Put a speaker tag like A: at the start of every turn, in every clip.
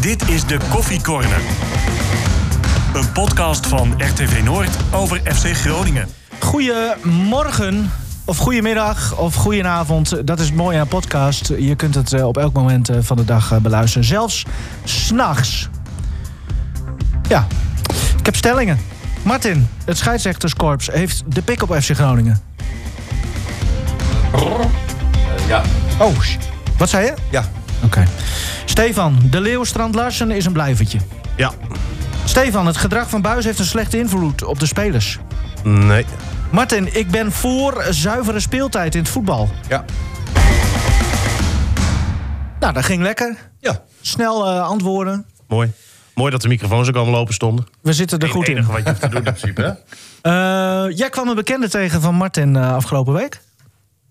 A: Dit is de Koffie Corner. Een podcast van RTV Noord over FC Groningen.
B: Goedemorgen. Of goedemiddag of goedenavond. Dat is het mooie aan een podcast. Je kunt het eh, op elk moment eh, van de dag eh, beluisteren. Zelfs s'nachts. Ja, ik heb stellingen. Martin, het scheidsrechterskorps heeft de pik op FC Groningen.
C: ja.
B: Oh, sh- wat zei je?
C: Ja.
B: Oké. Stefan, de Leeuw Strand Larsen is een blijvertje.
C: Ja.
B: Stefan, het gedrag van Buis heeft een slechte invloed op de spelers.
C: Nee.
B: Martin, ik ben voor zuivere speeltijd in het voetbal.
C: Ja.
B: Nou, dat ging lekker.
C: Ja.
B: Snel eh, antwoorden.
D: Mooi. Mooi dat de microfoons ook allemaal open stonden.
B: We zitten er goed in.
D: het enige wat je hoeft te doen in principe, hè?
B: Eh, jij kwam een bekende tegen van Martin eh, afgelopen week.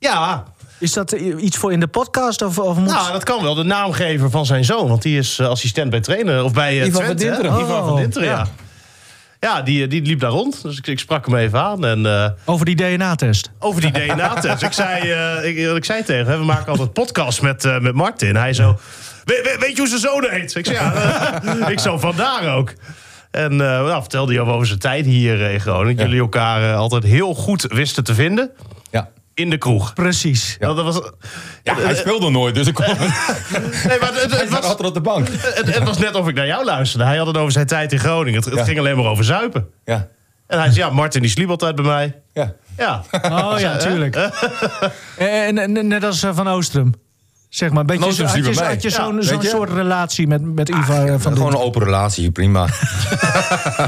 D: Ja,
B: Is dat i- iets voor in de podcast of, of moet...
D: nou, dat kan wel. De naamgever van zijn zoon. Want die is eh, assistent bij trainer. Of bij eh
C: Ivan van
D: Twente, hè?
C: Dinteren.
D: Ivan van
B: Oh,
D: Dinteren, ja.
B: ja.
D: Ja, die, eh, die liep daar rond. Dus ik, ik sprak hem even aan. En eh,
B: Over die DNA-test.
D: over die DNA-test. ik, zei, eh, ik, ik zei tegen hem, we maken altijd podcast met, eh, met Martin. Hij zo, "We- we- weet je hoe zijn zoon heet? Ik zei, ja, eh, ik zo, vandaar ook. En eh nou, vertelde hij over zijn tijd hier eh, in Groningen. Dat
C: Ja.
D: jullie elkaar eh, altijd heel goed wisten te vinden.
C: Ja.
D: in de kroeg.
B: Precies.
D: Dat, dat was,
C: Ja, hij speelde nooit, dus ik kon... hij
D: nee, maar het, het, het
C: zat
D: was,
C: altijd op de bank.
D: het, het was net of ik naar jou luisterde. Hij had het over zijn tijd in Groningen. Het, het
C: Ja.
D: ging alleen maar over zuipen.
C: Ja.
D: En hij zei, ja, Martin die sliep altijd bij mij.
C: Ja.
D: Ja,
B: Oh ja, tuurlijk. en, en- en net als eh, Van Oostrum. Zeg maar, een beetje
C: Van Oostrum
B: zo-
C: is
B: had
C: die
B: je,
C: bij
B: had je
C: mij.
B: zo'n
C: Ja,
B: zo'n
C: weet je? Ah,
B: soort relatie met, met Ivar eh, van
C: Gewoon
B: Dijk.
C: een open relatie, prima.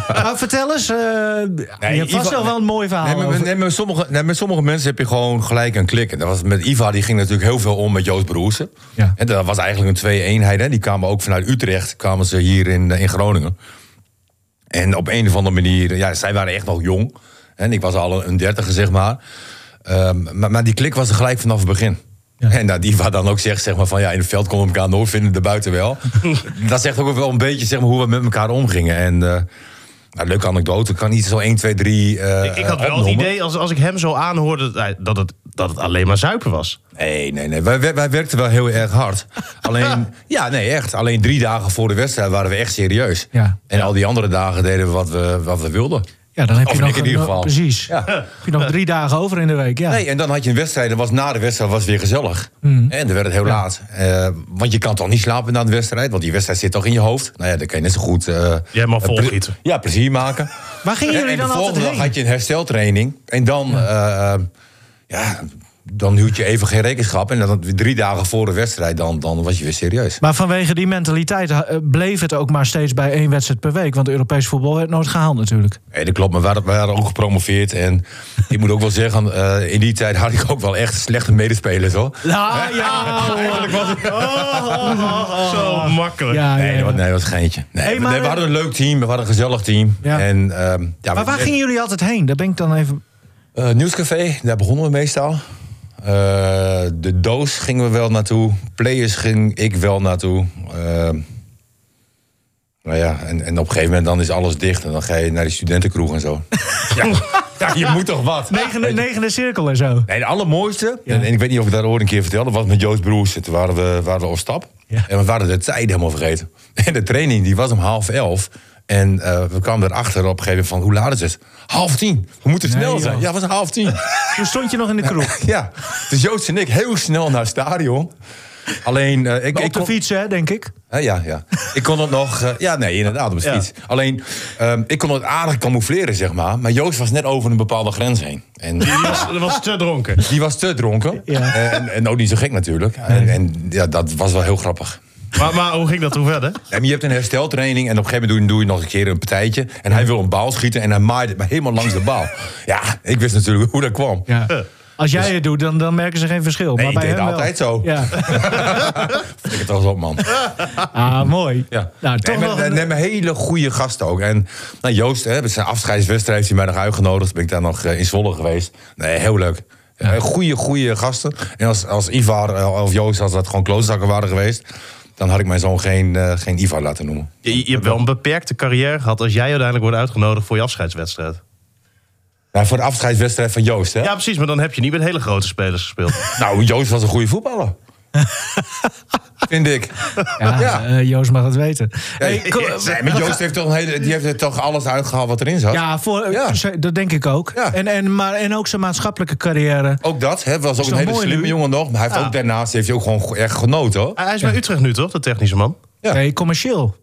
B: Maar vertel eens, eh, je hebt vast
C: Ivar-
B: wel wel een mooi verhaal
C: Nee, maar,
B: over.
C: nee, maar sommige, nee, met sommige mensen heb je gewoon gelijk een klik. En dat was met Iva, die ging natuurlijk heel veel om met Joost Broersen.
B: Ja.
C: En dat was eigenlijk een twee-eenheid. hè. Die kwamen ook vanuit Utrecht, kwamen ze hier in, eh, in Groningen. En op een of andere manier, ja, zij waren echt nog jong. En ik was al een dertiger, zeg maar. Ehm, maar, maar die klik was er gelijk vanaf het begin. En dat Iva dan ook zegt, zeg maar, van ja, in het veld konden we elkaar nooit vinden, daarbuiten wel. dat zegt ook wel een beetje, zeg maar, hoe we met elkaar omgingen. En... eh, nou, leuke anekdote. Ik kan niet zo 1, 2, 3 eh,
D: ik, ik had wel het
C: opnoemen.
D: idee, als, als ik hem zo aanhoorde, dat hij- dat het, dat het alleen maar zuipen was.
C: Nee, nee, nee. Wij, wij, wij werkten wel heel erg hard. Alleen, ja, nee, echt. Alleen drie dagen voor de wedstrijd waren we echt serieus.
B: Ja.
C: En al die andere dagen deden we wat we, wat we wilden.
B: Ja, dan heb
C: Of
B: je
C: ik
B: nog,
C: in ieder
B: nog-
C: geval.
B: Precies.
C: Ja.
B: Heb je nog drie dagen over in de week. Ja.
C: Nee, en dan had je een wedstrijd. En was na de wedstrijd was het weer gezellig.
D: Mm.
C: En dan werd het heel laat. Eh, want je kan toch niet slapen na de wedstrijd? Want die wedstrijd zit toch in je hoofd? Nou ja, dan kan je net zo goed... eh,
D: Jij mag
C: eh,
D: volgieten.
C: ple- Ja, plezier maken.
B: Waar gingen jullie
C: en de
B: dan
C: volgende
B: altijd
C: dag
B: heen?
C: had je een hersteltraining. En dan, ja. ja, dan hield je even geen rekenschap. En dan drie dagen voor de wedstrijd, dan, dan was je weer serieus.
B: Maar vanwege die mentaliteit eh, bleef het ook maar steeds bij één wedstrijd per week. Want Europees voetbal werd nooit gehaald natuurlijk.
C: Nee, dat klopt, maar we waren, we waren ook gepromoveerd. En ik moet ook wel zeggen, eh, in die tijd had ik ook wel echt slechte medespelers hoor.
B: Ja, ja.
D: Eigenlijk was het zo makkelijk.
B: ja, ja,
C: Nee,
B: ja.
C: dat was, nee, dat was een geintje. Nee,
B: Hey,
C: we-
B: maar-
C: nee, we hadden een leuk team, we hadden een gezellig team.
B: Ja.
C: En, ehm, ja,
B: Maar waar
C: we-
B: gingen jullie altijd heen? Daar ben ik dan even...
C: Eh, Nieuwscafé, daar begonnen we meestal. Eh, de doos gingen we wel naartoe. Players ging ik wel naartoe. Ehm, nou ja, en, en op een gegeven moment dan is alles dicht. En dan ga je naar die studentenkroeg en zo. ja, ja, je moet toch wat?
B: Negende, negende cirkel en zo.
C: Nee, de allermooiste, en, en ik weet niet of ik daar ooit een keer vertelde, was met Joost Broers. Toen waren we, waren we op stap.
B: Ja.
C: En we waren de tijd helemaal vergeten. En de training die was om half elf. En eh, we kwamen erachter op een gegeven moment van, hoe laat is het? Half tien. We moeten
B: Nee,
C: snel
B: joh.
C: zijn. Ja, het was half tien.
B: Toen stond je nog in de kroeg.
C: ja. Dus Joost en ik heel snel naar het stadion. Alleen, eh, ik,
B: Maar
C: ik
B: Op de
C: kon,
B: fiets, hè, denk ik.
C: Hè, ja, ja. Ik kon het nog... eh, ja, nee, inderdaad, op de
D: Ja.
C: fiets. Alleen, ehm, ik kon het aardig camoufleren, zeg maar. Maar Joost was net over een bepaalde grens heen. En
D: Die was, die was te dronken.
C: die was te dronken.
B: Ja.
C: En, en ook niet zo gek natuurlijk. En, en ja, dat was wel heel grappig.
D: Maar, maar hoe ging dat toen verder?
C: En je hebt een hersteltraining en op een gegeven moment doe je nog een keer een partijtje. En hij wil een bal schieten en hij maait maar helemaal langs de bal. Ja, ik wist natuurlijk hoe dat kwam.
B: Ja. Als jij het doet, dan, dan merken ze geen verschil.
C: Dus- Nee,
B: maar
C: ik
B: bij
C: deed
B: hem wel.
C: altijd zo.
B: Ja.
C: Ik het was op, man.
B: Ah, mooi.
C: Ja.
B: Nou,
C: nee,
B: toch
C: maar,
B: wel
C: nee,
B: een-
C: nee, maar hele goede gasten ook. En nou, Joost, hè, met zijn afscheidswedstrijd heeft hij mij nog uitgenodigd. Ben ik daar nog eh, in Zwolle geweest. Nee, heel leuk. Eh, Goeie, goeie gasten. En als, als Ivar eh, of Joost, als dat gewoon klootzakken waren geweest... dan had ik mijn zoon geen, eh, geen Ivar laten noemen.
D: Je, je hebt wel een beperkte carrière gehad als jij uiteindelijk wordt uitgenodigd voor je afscheidswedstrijd.
C: Nou, voor de afscheidswedstrijd van Joost, hè?
D: Ja, precies, maar dan heb je niet met hele grote spelers gespeeld.
C: Nou, Joost was een goede voetballer. vind ik.
B: Ja,
C: Ja.
B: eh, Joost mag het weten.
C: Hey,
B: Hey, kom-
C: nee, maar Joost heeft toch, een hele, die heeft er toch alles uitgehaald wat erin zat?
B: Ja, voor,
C: Ja.
B: ze- dat denk ik ook.
C: Ja.
B: En, en, maar, en ook zijn maatschappelijke carrière.
C: Ook dat, hè, was ook
B: toch
C: een hele
B: mooi
C: slimme
B: nu?
C: jongen nog. Maar hij heeft
D: Ja.
C: ook daarnaast heeft hij ook gewoon go- echt genoten. Hoor.
D: Hij is bij Utrecht nu, toch? De technische man.
C: Ja.
B: Nee, commercieel.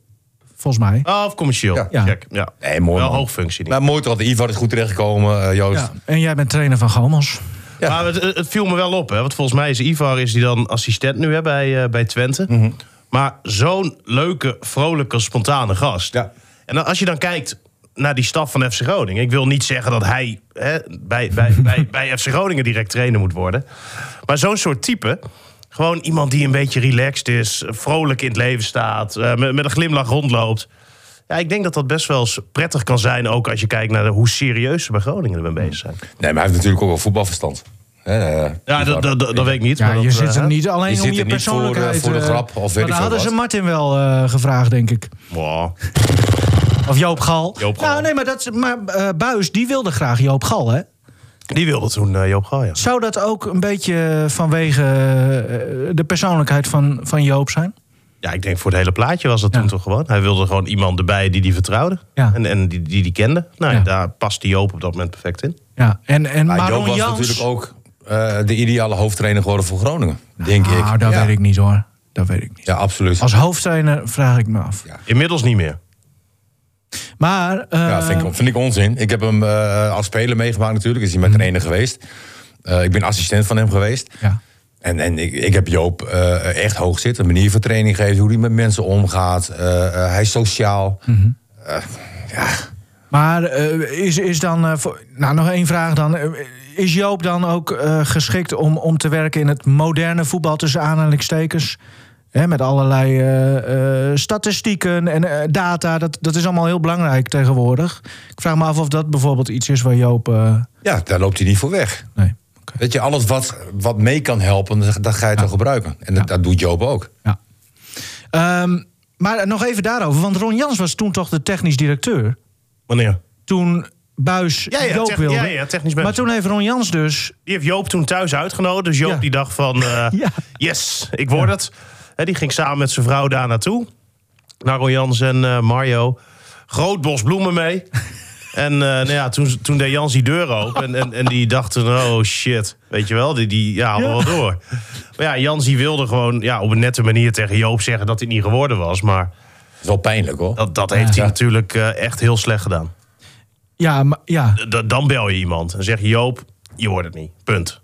B: Volgens mij.
D: Oh, of commercieel.
C: Ja.
D: Ja. Check. ja.
C: Nee, mooi
D: Wel
C: man.
D: hoogfunctie niet.
C: Maar mooi toch, de Ivar is goed terechtgekomen, eh, Joost.
B: Ja. En jij bent trainer van Gomos.
C: Ja.
D: Maar het, het viel me wel op, hè? want volgens mij is Ivar is die dan assistent nu hè, bij, eh, bij Twente.
C: Mhm.
D: Maar zo'n leuke, vrolijke, spontane gast.
C: Ja.
D: En dan, als je dan kijkt naar die staf van FC Groningen. Ik wil niet zeggen dat hij hè, bij, bij, bij, bij FC Groningen direct trainer moet worden. Maar zo'n soort type. Gewoon iemand die een beetje relaxed is, vrolijk in het leven staat, eh, met, met een glimlach rondloopt. Ja, ik denk dat dat best wel eens prettig kan zijn, ook als je kijkt naar de- hoe serieus ze bij Groningen ermee bezig zijn.
C: Nee, maar hij heeft natuurlijk ook wel voetbalverstand. Hè, eh,
D: Ja,
C: Ivar.
D: dat, dat, dat, dat weet ik niet.
B: Ja,
D: maar dat,
B: je zit
D: eh,
B: er niet alleen
C: je
B: om
C: zit
B: je
C: er niet voor, eh,
B: persoonlijkheid...
C: voor de
B: eh,
C: grap of weet
B: maar
C: ik
B: dan
C: veel
B: hadden ze
C: wat.
B: Martin wel eh, gevraagd, denk ik.
D: Wow.
B: Of Joop Gal.
D: Joop Gal.
B: Nou, nee, maar, dat, is- maar eh, Buis, die wilde graag Joop Gal, hè?
D: Die wilde toen eh, Joop Gaal, ja.
B: Zou dat ook een beetje vanwege eh, de persoonlijkheid van, van Joop zijn?
D: Ja, ik denk voor het hele plaatje was dat
B: Ja.
D: toen toch gewoon. Hij wilde gewoon iemand erbij die die vertrouwde.
B: Ja.
D: En, en die, die die kende. Nou, ja,
B: Ja.
D: daar paste Joop op dat moment perfect in.
B: Ja, en, en
C: Maar
B: Maron
C: Joop was
B: Jans-
C: natuurlijk ook eh, de ideale hoofdtrainer geworden voor Groningen, denk ik.
B: Nou, dat
C: ja.
B: weet ik niet, hoor. Dat weet ik niet.
C: Ja, absoluut.
B: Als hoofdtrainer vraag ik me af.
C: Ja.
D: Inmiddels niet meer.
B: Maar, eh,
C: Ja, vind ik, vind ik onzin. Ik heb hem eh, als speler meegemaakt natuurlijk. Is hij
B: Mhm.
C: mijn trainer geweest. Eh, ik ben assistent van hem geweest.
B: Ja.
C: En, en ik, ik heb Joop eh, echt hoog zitten. Een manier van training geven. Hoe hij met mensen omgaat. Eh, eh, hij is sociaal.
B: Mhm.
C: Eh, ja.
B: maar eh, is, is dan... eh, voor- nou, nog één vraag dan. Eh, Is Joop dan ook eh, geschikt om, om te werken in het moderne voetbal... tussen aanhalingstekens? Hè, met allerlei eh, eh, statistieken en eh, data. Dat, dat is allemaal heel belangrijk tegenwoordig. Ik vraag me af of dat bijvoorbeeld iets is waar Joop... eh,
C: ja, daar loopt hij niet voor weg.
B: nee. Oké.
C: Weet je, alles wat, wat mee kan helpen, dat- dat ga je toch gebruiken. En dat, dat doet Joop ook.
B: Ja. Ehm, maar nog even daarover. Want Ron Jans was toen toch de technisch directeur?
D: Wanneer?
B: toen Buis
D: Ja, ja,
B: Joop
D: tech-
B: wilde.
D: ja, ja, technisch manager.
B: maar toen heeft Ron Jans dus.
D: Die heeft Joop toen thuis uitgenodigd. Dus Joop
B: Ja.
D: die dacht van, eh,
B: Ja.
D: yes, ik word het. Hè, die ging samen met zijn vrouw daar naartoe. Naar Ron Jans en eh, Mario. Groot bos bloemen mee. en eh, nou ja, toen, toen deed Jans die deur open. En, en, en die dachten, oh shit. Weet je wel, die, die ja, hadden wel door. Maar ja, Jans die wilde gewoon ja, op een nette manier tegen Joop zeggen dat dit niet geworden was. Maar
C: Dat is wel pijnlijk hoor.
D: dat, dat heeft hij natuurlijk eh, echt heel slecht gedaan.
B: Ja, maar, ja.
D: D- dan bel je iemand en zeg je, Joop, je wordt het niet. Punt.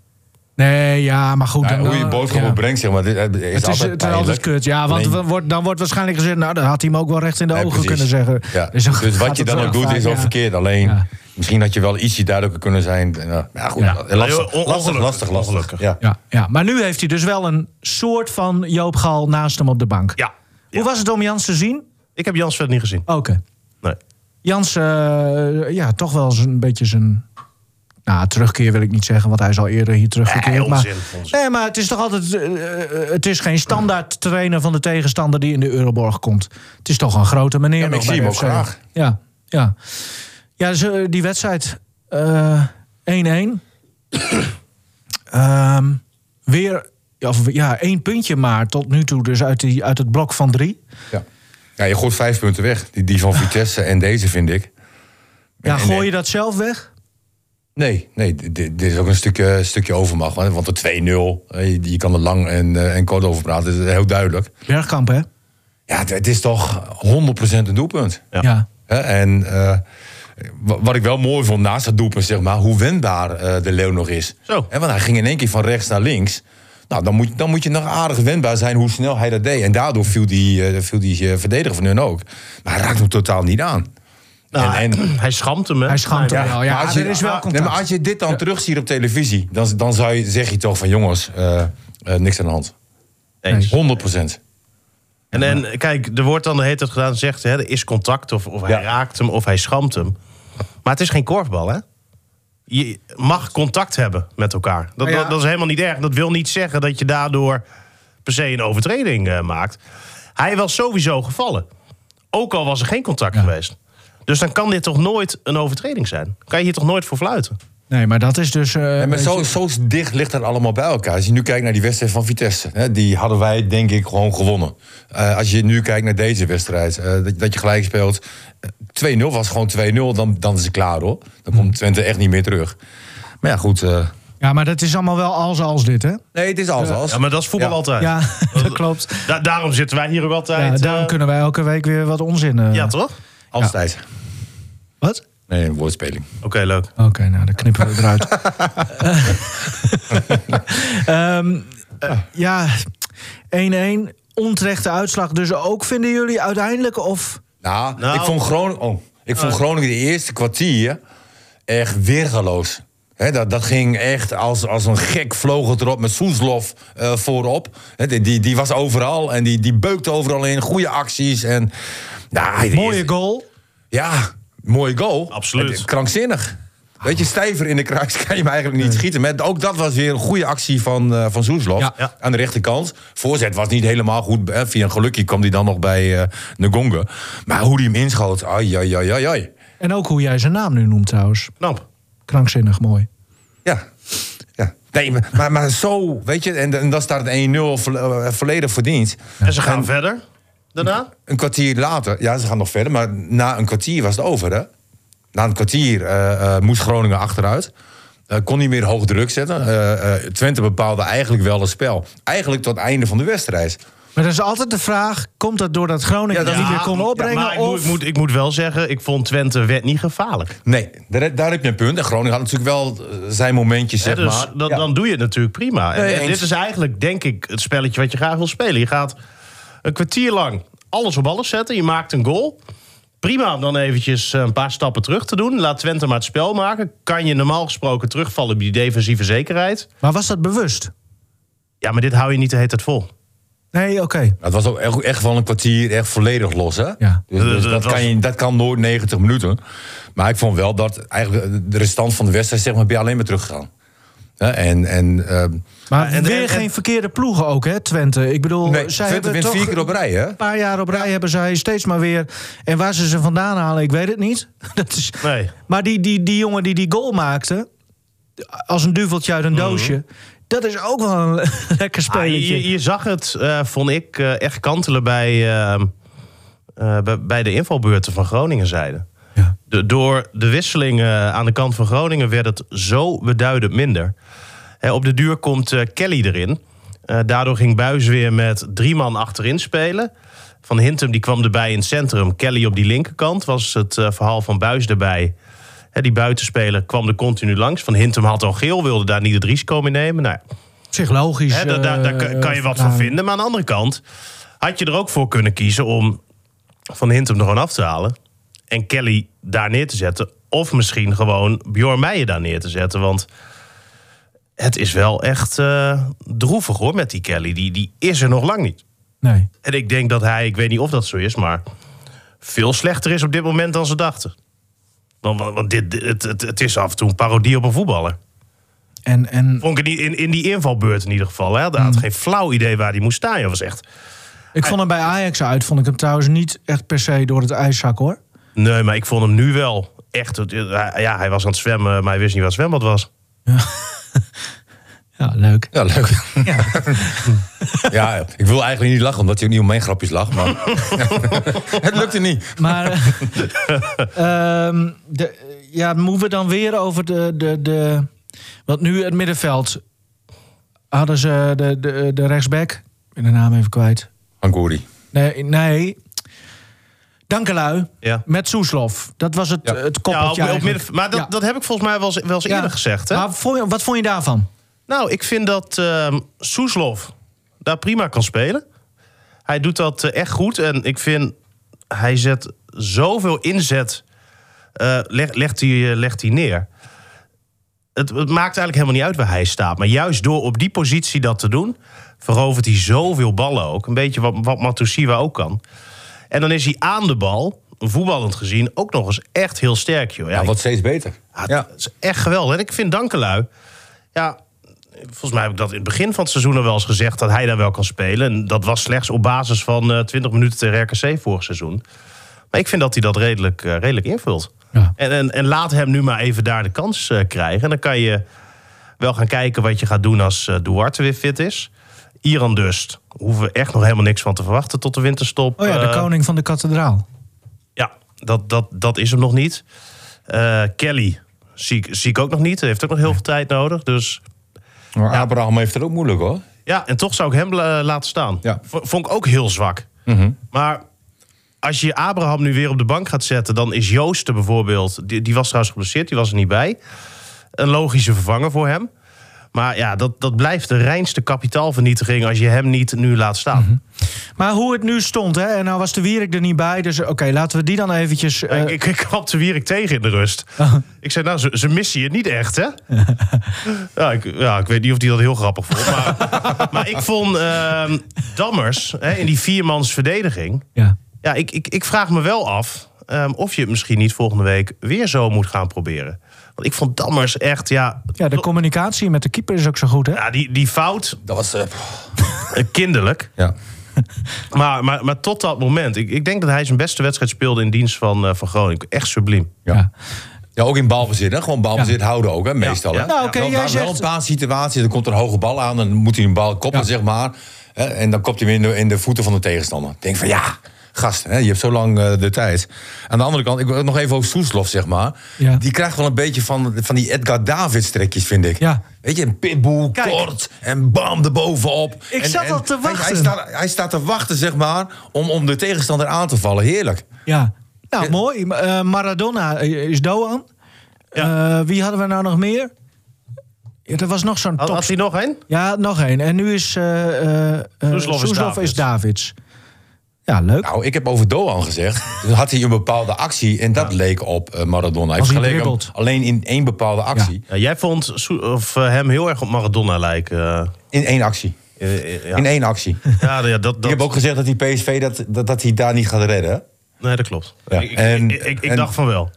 B: Nee, ja, maar goed.
C: Ja,
B: dan-
C: hoe je
B: dan-
C: boodschap
B: ja.
C: ook brengt, zeg maar, dit, eh, is,
B: Het is,
C: altijd
B: het is altijd
C: pijnlijk.
B: kut, ja. Want
C: Alleen-
B: we- wordt, dan wordt waarschijnlijk gezegd... nou, dan had hij hem ook wel recht in de
C: Nee,
B: ogen
C: precies.
B: kunnen zeggen.
C: Ja. Dus,
B: dan gaat
C: wat je
B: het
C: dan
B: wel
C: ook doet
B: vaak,
C: is ook
B: ja.
C: verkeerd. Alleen
B: Ja.
C: misschien had je wel ietsje duidelijker kunnen zijn. Ja, ja, goed,
B: Ja.
C: lastig, lastig,
D: On-
C: lastig,
D: ongelukkig,
C: lastig,
D: ongelukkig.
C: Ja.
B: Ja, ja, maar nu heeft hij dus wel een soort van Joop Gal naast hem op de bank.
D: Ja.
B: Hoe was het om Jans te zien?
D: Ik heb Jans verder niet gezien.
B: Oké.
D: Nee.
B: Jans, eh, ja, toch wel eens een beetje zijn... Nou, terugkeer wil ik niet zeggen, want hij is al eerder hier teruggekeerd.
D: Nee, onzin,
B: maar,
D: onzin.
B: Nee, maar het is toch altijd... eh, eh, het is geen standaard trainer van de tegenstander die in de Euroborg komt. Het is toch een grote meneer
C: maar
B: nog
C: ik
B: bij
C: zie hem
B: de
C: ook
B: FC.
C: graag.
B: Ja, ja. Ja, dus, eh, die wedstrijd eh, 1-1. Ehm, weer, of, ja, één puntje maar tot nu toe. Dus uit, die, uit het blok van drie.
C: Ja. Ja, je gooit vijf punten weg. Die, die van Vitesse en deze vind ik.
B: Ja,
C: En- en-
B: gooi je dat zelf weg?
C: Nee, nee dit, dit is ook een stukje, stukje overmacht. hè, Want de 2-0, eh, je, je kan er lang en, eh, en kort over praten. Dat is heel duidelijk.
B: Bergkamp, hè?
C: Ja, het, het is toch 100% een doelpunt.
D: Ja.
B: ja.
C: Hè, en eh, wa- wat ik wel mooi vond naast dat doelpunt, zeg maar, hoe wendbaar eh, de Leeuw nog is.
D: Zo.
C: Hè, want hij ging in één keer van rechts naar links. Nou, dan moet, dan moet je nog aardig wendbaar zijn hoe snel hij dat deed. En daardoor viel die, eh, viel die eh, verdediger van hun ook. Maar hij raakt hem totaal niet aan.
D: Nou,
C: en, en,
D: hij schamt hem, hè?
B: Ah,
D: Nou,
B: Hij schaamt hem wel. Oh Ja,
C: maar
B: er is wel
C: Nee,
B: contact.
C: maar als je dit dan terugziet op televisie, dan, dan zou je, zeg je toch van jongens, eh, eh, niks aan de hand.
D: Eens.
C: 100 procent.
D: En, en kijk, er wordt dan de hele tijd gedaan, zegt hè, er is contact, of, of hij
C: Ja.
D: raakt hem, of hij schamt hem. Maar het is geen korfbal, hè? Je mag contact hebben met elkaar. Dat,
B: Ah, Ja.
D: dat, dat is helemaal niet erg. Dat wil niet zeggen dat je daardoor per se een overtreding eh, maakt. Hij was sowieso gevallen. Ook al was er geen contact geweest. Dus dan kan dit toch nooit een overtreding zijn? Kan je hier toch nooit voor fluiten?
B: Nee, maar dat is dus... eh,
C: En maar
B: weet
C: zo,
B: je-
C: zo dicht ligt dat allemaal bij elkaar. Als je nu kijkt naar die wedstrijd van Vitesse, hè, die hadden wij denk ik gewoon gewonnen. Eh, als je nu kijkt naar deze wedstrijd, eh, dat, dat je gelijk speelt. eh, 2-0 was gewoon 2-0, dan, dan is het klaar hoor. Dan komt Twente echt niet meer terug. Maar ja, goed. eh,
B: Ja, maar dat is allemaal wel als als dit, hè?
C: nee, het is alles. als.
D: Ja, maar dat is voetbal
C: Ja.
D: altijd.
B: Ja, dat klopt.
D: Da- daarom zitten wij hier ook
B: Ja,
D: altijd.
B: daarom
D: eh,
B: kunnen wij elke week weer wat onzin... eh,
D: ja toch?
C: Altijd.
B: Wat?
C: Nee, een woordspeling.
D: Oké, leuk.
B: Oké, nou, dan knippen we eruit. Ehm, eh, ja, 1-1. Onterechte uitslag dus ook, vinden jullie uiteindelijk? Of...
C: Nou,
D: Nou.
C: ik vond Groningen, oh, ik vond Groningen de eerste kwartier echt weergaloos. Hè, dat, dat ging echt als, als een gek vloog het erop met Soeslof eh, voorop. Hè, die, die, die was overal en die, die beukte overal in. Goede acties. En, nou, hij-
B: Mooie goal.
C: Ja, mooie goal.
D: Absoluut.
C: En krankzinnig. Weet je, stijver in de kruis kan je hem eigenlijk niet schieten. Maar ook dat was weer een goede actie van, eh van Soeslof.
B: Ja.
D: Ja.
C: Aan de rechterkant. Voorzet was niet helemaal goed. eh, Via een gelukje kwam hij dan nog bij eh Ngonga. Maar hoe die hem inschoot, ai, ai, ai, ai, ai.
B: En ook hoe jij zijn naam nu noemt trouwens.
D: Knap.
B: Krankzinnig mooi.
C: Ja. ja. Nee, maar, maar, maar zo, weet je. En, en dan staat het 1-0 vo- eh, volledig verdiend.
D: En ze gaan verder daarna?
C: Een kwartier later, ja, ze gaan nog verder, maar na een kwartier was het over, hè? Na een kwartier eh, eh, moest Groningen achteruit. Eh, kon niet meer hoog druk zetten. Eh, eh, Twente bepaalde eigenlijk wel het spel. Eigenlijk tot het einde van de wedstrijd.
B: Maar dat is altijd de vraag, komt dat doordat Groningen
C: Ja,
B: dat
C: dat-
B: niet meer kon
D: maar-
B: opbrengen?
D: maar ik,
B: of...
D: moet, ik, moet, ik moet wel zeggen, ik vond Twente werd niet gevaarlijk.
C: Nee, daar, daar heb je een punt. En Groningen had natuurlijk wel eh, zijn momentjes,
D: Hè,
C: zeg
D: dus
C: maar.
D: dan,
C: Ja.
D: dan doe je het natuurlijk prima. En,
C: Nee,
D: en
C: eens.
D: dit is eigenlijk, denk ik, het spelletje wat je graag wil spelen. Je gaat een kwartier lang alles op alles zetten. Je maakt een goal. Prima om dan eventjes eh, een paar stappen terug te doen. Laat Twente maar het spel maken. Kan je normaal gesproken terugvallen op die defensieve zekerheid.
B: Maar was dat bewust?
D: Ja, maar dit hou je niet de hele tijd vol.
B: Nee, oké.
C: Het was ook echt, echt wel een kwartier echt volledig los, hè?
B: Ja.
C: Dus, dus
D: Dat- dat
C: dat,
D: was-
C: kan je, dat kan nooit 90 minuten. Maar ik vond wel dat eigenlijk de restant van de wedstrijd... zeg maar, ben je alleen maar teruggegaan. Hè, En, en ehm,
B: Maar
D: en-
B: weer
D: en-
B: geen verkeerde ploegen ook, hè, Twente? Ik bedoel,
C: Nee,
B: zij
C: Twente
B: hebben
C: wint
B: toch
C: vier keer op rij, hè?
B: Een paar jaar op rij hebben zij steeds maar weer... En waar ze ze vandaan halen, ik weet het niet. Dat is...
D: Nee.
B: Maar die, die, die jongen die die goal maakte... als een duveltje uit een doosje... dat is ook wel een lekker
D: Mhm. Ah,
B: spelletje.
D: je, je zag het, eh, vond ik, eh, echt kantelen bij, eh, eh, bij- bij de invalbeurten van Groningen zijde.
B: Ja.
D: De- door de wisselingen aan de kant van Groningen werd het zo beduidend minder. Hè, op de duur komt eh, Kelly erin. Eh, daardoor ging Buis weer met drie man achterin spelen. Van Hintem die kwam erbij in het centrum. Kelly op die linkerkant was het eh, verhaal van Buis erbij. Hè, die buitenspeler kwam er continu langs. Van Hintem had al geel, wilde daar niet het risico mee nemen. Nou, ja,
B: Psychologisch.
D: Hè, daar, daar, daar
B: eh,
D: kan- kan je wat van vinden. Maar aan de andere kant had je er ook voor kunnen kiezen om Van Hintem er gewoon af te halen. En Kelly daar neer te zetten. Of misschien gewoon Bjorn Meijer daar neer te zetten. Want het is wel echt eh, droevig hoor met die Kelly. Die, die is er nog lang niet.
B: Nee.
D: En ik denk dat hij, ik weet niet of dat zo is, maar veel slechter is op dit moment dan ze dachten. Want, want want dit, het, het, het is af en toe een parodie op een voetballer.
B: En, en
D: Vond ik het niet in, in die invalbeurt in ieder geval. Hij had, hij
B: Mm.
D: had geen flauw idee waar hij moest staan. Hij was echt...
B: ik vond hem bij Ajax uit, vond ik hem trouwens niet echt per se door het ijszak hoor.
D: Nee, maar ik vond hem nu wel echt... het- hij- Ja, hij was aan het zwemmen, maar hij wist niet wat zwembad was.
B: Ja, leuk.
C: Ja, leuk. Ja. ik wil eigenlijk niet lachen, omdat hij ook niet om mijn grapjes lacht. Maar het lukte niet.
B: Maar eh, ehm, de, ja, moeten we dan weer over de, de, de... Want nu het middenveld hadden ze de, de, de rechtsback. Ik ben de naam even kwijt.
C: Ankori.
B: Nee, nee. Dankelui
D: Ja.
B: met Soeslof. Dat was het,
C: Ja.
B: het
D: Ja,
B: koppeltje
D: op, op
B: eigenlijk.
D: midden, maar dat,
B: Ja.
D: dat heb ik volgens mij wel eens, wel eens
B: Ja.
D: eerder gezegd. Hè?
B: Maar vond je- wat vond je daarvan?
D: Nou, ik vind dat ehm Soeslof daar prima kan spelen. Hij doet dat eh, echt goed. En ik vind, hij zet zoveel inzet, eh, leg- legt, hij, eh, legt hij neer. Het, het maakt eigenlijk helemaal niet uit waar hij staat. Maar juist door op die positie dat te doen... verovert hij zoveel ballen ook. Een beetje wat, wat Matusiwa ook kan. En dan is hij aan de bal, voetballend gezien... ook nog eens echt heel sterk. Joh. Ja,
C: Ja,
D: ik-
C: wordt steeds beter.
D: ja,
C: Ja.
D: Dat is echt geweldig. En ik vind Dankelui... Ja, volgens mij heb ik dat in het begin van het seizoen al wel eens gezegd... dat hij daar wel kan spelen. En dat was slechts op basis van eh, 20 minuten tegen RKC vorig seizoen. Maar Maar ik vind dat hij dat redelijk, eh, redelijk invult.
B: Ja.
D: En, en, en laat hem nu maar even daar de kans eh, krijgen. En dan kan je wel gaan kijken wat je gaat doen als eh, Duarte weer fit is. Iran Dust. Hoeven we echt nog helemaal niks van te verwachten tot de winterstop.
B: Oh ja, de
D: Eh,
B: koning van de kathedraal.
D: ja, dat, dat, dat is hem nog niet. Eh, Kelly zie ik, zie ik ook nog niet. Hij heeft ook nog heel veel tijd nodig. Dus
C: Maar Abraham heeft het ook moeilijk hoor.
D: ja, en toch zou ik hem eh, laten staan.
C: Ja.
D: V- Vond ik ook heel zwak. Maar als je Abraham nu weer op de bank gaat zetten... dan is Joosten bijvoorbeeld... Die, die was trouwens geblesseerd, die was er niet bij. Een logische vervanger voor hem. Maar ja, dat, dat blijft de reinste kapitaalvernietiging... als je hem niet nu laat staan.
B: Maar hoe het nu stond, hè? En nou was de Wierik er niet bij. Dus oké, laten we die dan eventjes... eh, Oh.
D: ik, ik, ik klapte Wierik tegen in de rust. Ik zei, nou, ze, ze missen je niet echt, hè? ja, ik, ja, ik weet niet of hij dat heel grappig vond. Maar, maar ik vond ehm, Dammers hè, in die viermans verdediging...
B: ja.
D: Ja, ik, ik, ik vraag me wel af ehm, of je het misschien niet volgende week weer zo moet gaan proberen. Want ik vond Dammers echt, ja...
B: ja, de communicatie met de keeper is ook zo goed, hè?
D: ja, die, die fout,
C: Dat was. eh,
D: eh, kinderlijk.
C: ja.
D: Maar, maar, maar tot dat moment. Ik, ik denk dat hij zijn beste wedstrijd speelde in dienst van, eh, van Groningen. Echt subliem.
C: Ja. ja, ook in balbezit. Hè? Gewoon balbezit houden ook, hè, meestal.
D: Ja.
C: Hè?
B: Nou, oké,
C: Wel-
B: jij
C: wel, wel
B: zegt-
C: een paar situaties. Er komt een hoge bal aan, dan moet hij een bal koppen, zeg maar. Hè? En dan kopt hij hem in de, in de voeten van de tegenstander. Ik denk van, ja, gast, hè? je hebt zo lang eh, de tijd. Aan de andere kant, ik wil het nog even over Soeslof, zeg maar.
B: Ja.
C: Die krijgt wel een beetje van, van die Edgar Davids-trekjes, vind ik.
B: Ja.
C: Weet je, een pitbull,
B: Kijk.
C: kort en bam, erbovenop.
B: Ik
C: en,
B: zat
C: en
B: al te
C: hij- Hij,
B: wachten.
C: staat, hij staat te wachten, zeg maar, om, om de tegenstander aan te vallen. Heerlijk.
B: Ja. Nou, mooi. Eh, Maradona eh, is Doan. Eh, wie hadden we nou nog meer? Ja, er was nog zo'n
D: Had,
B: top.
D: had hij nog een?
B: Ja, nog één. En nu is... eh eh, eh,
D: Soeslof is
B: Soeslof
D: Davids.
B: is Davids. Ja, leuk.
C: Nou, ik heb over Doan gezegd. Toen had hij een bepaalde actie en dat leek op eh, Maradona. Hij
B: Als hij
C: vergeleek hem
B: dribbelt.
C: alleen in één bepaalde actie.
D: Ja, jij vond Soe- of, eh, hem heel erg op Maradona lijken. eh.
C: In één actie.
D: Eh, eh, ja.
C: In één actie.
D: Ja, ja, dat,
C: Ik
D: dat,
C: heb ook gezegd dat die PSV dat, dat, dat hij daar niet gaat redden. hè?
D: nee, dat klopt.
C: Ja,
D: Ik, ik-
C: en-
D: ik, ik, ik
C: en-
D: dacht van wel.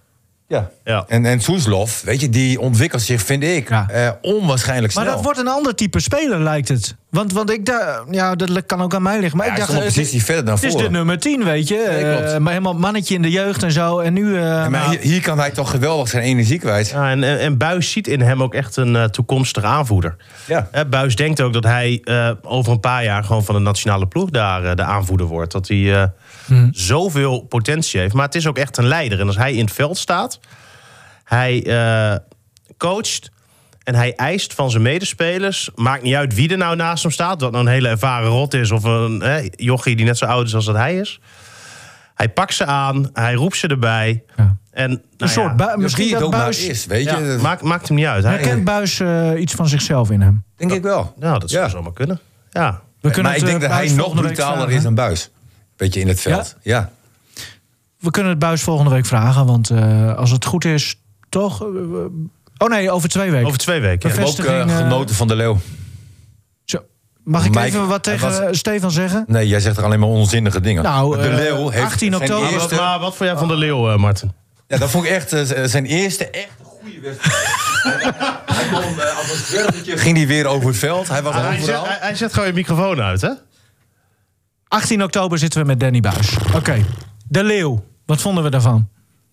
C: Ja.
D: Ja.
C: En, en Soeslof, weet je, die ontwikkelt zich, vind ik,
B: Ja.
C: eh, onwaarschijnlijk
B: Maar
C: snel.
B: dat wordt een ander type speler, lijkt het. Want, want ik daar, ja, dat kan ook aan mij liggen. Maar
C: Ja,
B: ik
C: hij
B: dacht,
C: stond op
B: het,
C: positie verder dan
B: het is de
C: voren.
B: nummer 10, weet je.
C: Nee, klopt.
B: Eh, maar helemaal mannetje in de jeugd en zo. En nu. eh,
C: Maar
B: nou,
C: hier, hier kan hij toch geweldig zijn energie kwijt.
D: Ja, en, en, en Buis ziet in hem ook echt een eh, toekomstige aanvoerder.
C: Ja.
D: Hè, Buis denkt ook dat hij eh, over een paar jaar gewoon van de nationale ploeg daar eh, de aanvoerder wordt. Dat hij eh,
B: Hmm.
D: zoveel potentie heeft. Maar het is ook echt een leider. En als hij in het veld staat, hij eh, coacht en hij eist van zijn medespelers. Maakt niet uit wie er nou naast hem staat. Dat nou een hele ervaren rot is of een hè, jochie die net zo oud is als dat hij is. Hij pakt ze aan, hij roept ze erbij. En, nou
B: een soort
D: ja.
B: bui-
C: Dus
B: misschien
C: wie het
B: dat
C: ook maar
B: Buis.
C: is, weet
D: Ja,
C: je. eh, dat
D: maakt, maakt hem niet uit. Hij,
B: Herkent Buis eh, iets van zichzelf in hem?
C: denk ik wel.
D: nou, dat zou
C: Ja.
D: zomaar kunnen. Ja.
B: We kunnen het,
C: Maar ik denk
B: eh,
C: dat hij
B: Buis
C: nog
B: volgende week
C: brutaler
B: vragen.
C: is dan Buis. Beetje in het veld. ja.
B: We kunnen het Buis volgende week vragen. Want eh, als het goed is, toch. eh, we- oh nee, over twee weken.
D: Over twee weken.
C: Ik
D: ja.
C: heb ook eh,
B: Vestiging, eh,
C: genoten van de Leeuw.
B: Zo. Mag ik
C: Mike,
B: even wat
C: hij
B: tegen
C: was-
B: eh, Stefan zeggen?
C: Nee, jij zegt er alleen maar onzinnige dingen.
B: Nou,
C: de
B: eh,
C: Leeuw heeft
B: 18
C: zijn
B: oktober.
D: Maar wat,
C: eerste-
D: maar wat vond jij van de Leeuw, eh, Martin?
C: ja, dat vond ik echt eh, z- zijn eerste echt goede wedstrijd. hij kon, eh, als een zwervetje ging hij weer over het veld. Hij
B: Ah,
C: was
D: hij, zet,
C: overal.
D: hij, hij zet gewoon je microfoon uit, hè?
B: 18 oktober zitten we met Danny Buis. Oké. De Leeuw. Wat vonden we daarvan?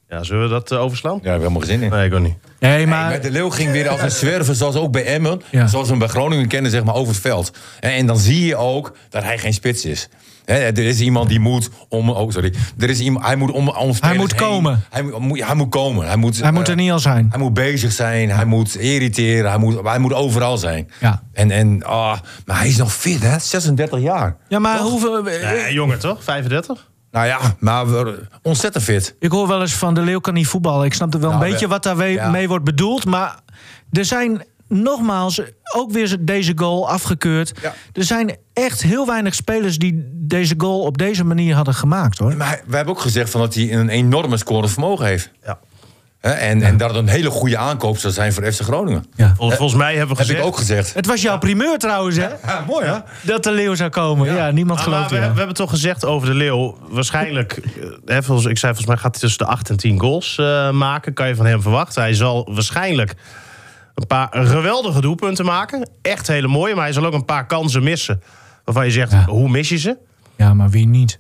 D: Ja, zullen we dat eh, overslaan?
C: Ja, daar heb ik helemaal geen zin in.
D: Nee, ik ook niet.
B: Nee, maar.
C: Nee, maar de Leeuw ging weer als een zwerver, zoals ook bij Emmen.
B: Ja.
C: Zoals we hem bij Groningen kennen, zeg maar, over het veld. En, en dan zie je ook dat hij geen spits is. Hè, er is iemand die moet om... Oh, sorry. Er is iemand, hij moet om, om spelers
B: moet
C: heen.
B: komen.
C: Hij moet- moet, hij moet komen. Hij moet,
B: Hij moet
C: eh,
B: er niet al zijn.
C: Hij moet bezig zijn, hij moet irriteren, hij moet, hij moet overal zijn.
B: Ja.
C: En, en ah, maar hij is nog fit, hè? 36 jaar.
B: Ja, maar hoeveel.
D: Nee, jonger toch? 35?
C: Nou ja, maar we- ontzettend fit.
B: Ik hoor wel eens van de Leeuw kan niet voetballen. Ik snap er wel een
C: Nou,
B: beetje
C: we-
B: wat daarmee
C: ja.
B: mee wordt bedoeld. Maar er zijn nogmaals ook weer deze goal afgekeurd.
C: Ja.
B: Er zijn echt heel weinig spelers die deze goal op deze manier hadden gemaakt hoor.
C: Maar hij- we hebben ook gezegd van dat hij een enorme scorend vermogen heeft.
D: Ja.
C: Hè, En, en dat het een hele goede aankoop zou zijn voor FC Groningen.
B: Ja.
D: Vol- volgens mij hebben we
C: Heb
D: gezegd...
C: ik ook gezegd.
B: Het was jouw primeur trouwens, hè?
C: mooi hè?
B: Dat de Leeuw zou komen. Ja, niemand
D: Ah, maar
B: gelooft
D: we, we
B: jou.
D: hebben toch gezegd over de Leeuw... waarschijnlijk, eh, hè, volgens, ik zei volgens mij gaat hij tussen de 8 en 10 goals eh, maken. Kan je van hem verwachten. Hij zal waarschijnlijk een paar geweldige doelpunten maken. Echt hele mooie, maar hij zal ook een paar kansen missen. Waarvan je zegt,
B: Ja.
D: hoe mis je ze?
B: Ja, maar wie niet?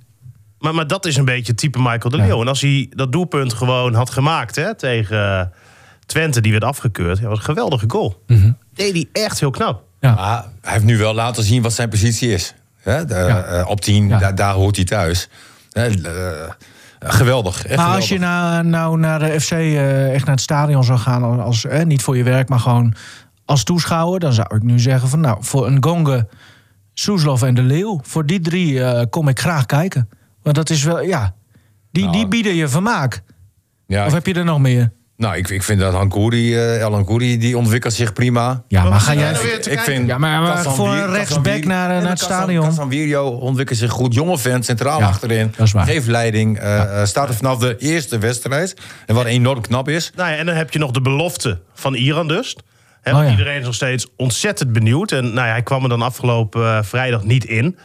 D: Maar, maar dat is een beetje het type Michael de Leeuw. En als hij dat doelpunt gewoon had gemaakt hè, tegen eh, Twente, die werd afgekeurd. Ja, was een geweldige goal.
B: Mhm.
D: Deed hij echt heel knap.
C: Maar hij heeft nu wel laten zien wat zijn positie is. Hè, de, eh, op 10,
B: Ja.
C: da- daar hoort hij thuis. Hè, eh, geweldig. Echt
B: Maar
C: geweldig.
B: als je na, nou naar de FC eh, echt naar het stadion zou gaan, als, eh, niet voor je werk, maar gewoon als toeschouwer, dan zou ik nu zeggen van nou, voor een Gonge, Soeslof en De Leeuw, voor die drie eh, kom ik graag kijken. Want dat is wel, ja, die,
C: Nou,
B: die bieden je vermaak.
C: ja,
B: Of heb je er nog meer?
C: Nou, ik, ik vind dat Hankouri, eh El Hankouri, die ontwikkelt zich prima.
B: Ja, maar ga
D: Ja,
B: jij...
D: nou weer
C: ik,
D: te
C: ik
D: kijken.
C: vind
B: Ja, maar- maar
C: Casan
B: voor
C: Wier-
B: een
C: Casan
B: rechtsback
C: Wier-
B: naar, eh,
C: Nee,
B: naar het
C: maar Casan-
B: stadion.
C: Casan Wierio ontwikkelt zich goed. Jonge vent, centraal
B: Ja,
C: achterin.
B: dat is waar.
C: Geeft leiding. eh eh, staat er vanaf de eerste wedstrijd. En wat enorm knap is.
D: Nou ja, en dan heb je nog de belofte van Iran dus. Hè, want
B: Oh ja.
D: Iedereen is nog steeds ontzettend benieuwd. En nou ja, hij kwam er dan afgelopen eh, vrijdag niet in.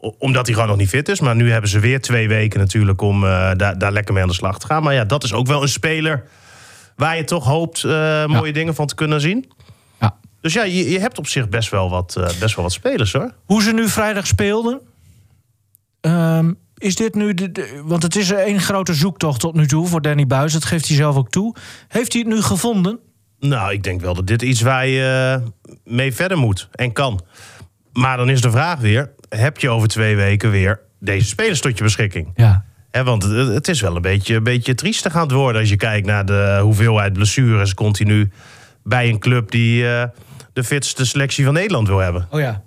D: O- Omdat hij gewoon nog niet fit is. Maar nu hebben ze weer twee weken natuurlijk om eh, daar, daar lekker mee aan de slag te gaan. Maar ja, dat is ook wel een speler waar je toch hoopt eh, mooie dingen van te kunnen zien.
B: Ja.
D: Dus ja, je, je hebt op zich best wel, wat, eh, best wel wat spelers hoor.
B: Hoe ze nu vrijdag speelden, ehm, is dit nu... De, de- want het is één grote zoektocht tot nu toe voor Danny Buis, dat geeft hij zelf ook toe. Heeft hij het nu gevonden?
D: Nou, ik denk wel dat dit iets waar je eh, mee verder moet en kan. Maar dan is de vraag weer: heb je over twee weken weer deze spelers tot je beschikking?
B: Ja.
D: Hè, want het- het is wel een beetje, een beetje triestig aan het worden als je kijkt naar de hoeveelheid blessures continu bij een club die eh, de fitste selectie van Nederland wil hebben.
B: Oh ja.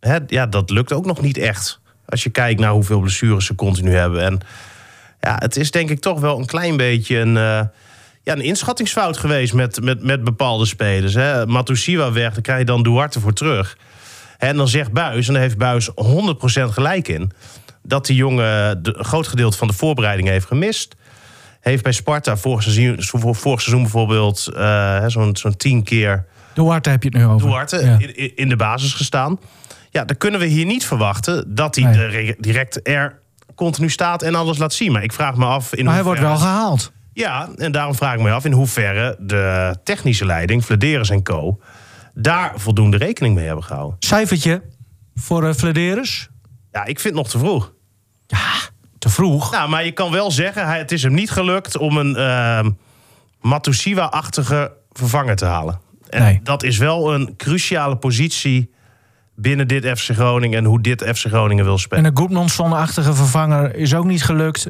D: Hè, ja, dat lukt ook nog niet echt. Als je kijkt naar hoeveel blessures ze continu hebben. En ja, het is denk ik toch wel een klein beetje een, eh, ja, een inschattingsfout geweest met, met, met bepaalde spelers. Hè. Matusiwa weg, daar krijg je dan Duarte voor terug. En dan zegt Buis, en daar heeft Buis 100% gelijk in, dat die jongen de, een groot gedeelte van de voorbereiding heeft gemist. Heeft bij Sparta vorig seizoen, vorig seizoen bijvoorbeeld eh, hè, zo'n zo'n tien keer
B: Duarte heb je het nu over.
D: Duarte
B: Ja.
D: in- in, in de basis gestaan. Ja, dan kunnen we hier niet verwachten dat hij
B: Nee.
D: de re- direct er continu staat en alles laat zien. Maar ik vraag me af... In
B: Maar hij wordt
D: hoeverre-
B: wel gehaald.
D: Ja, en daarom vraag ik me af in hoeverre de technische leiding, Flederis en co... daar voldoende rekening mee hebben gehouden.
B: Cijfertje voor eh Flederis.
D: Ja, ik vind het nog te vroeg.
B: Te vroeg.
D: Nou, maar je kan wel zeggen, hij- het is hem niet gelukt om een ehm Matusiwa-achtige vervanger te halen. En
B: Nee.
D: dat is wel een cruciale positie binnen dit FC Groningen en hoe dit FC Groningen wil spelen.
B: En een Goedmanson-achtige vervanger is ook niet gelukt.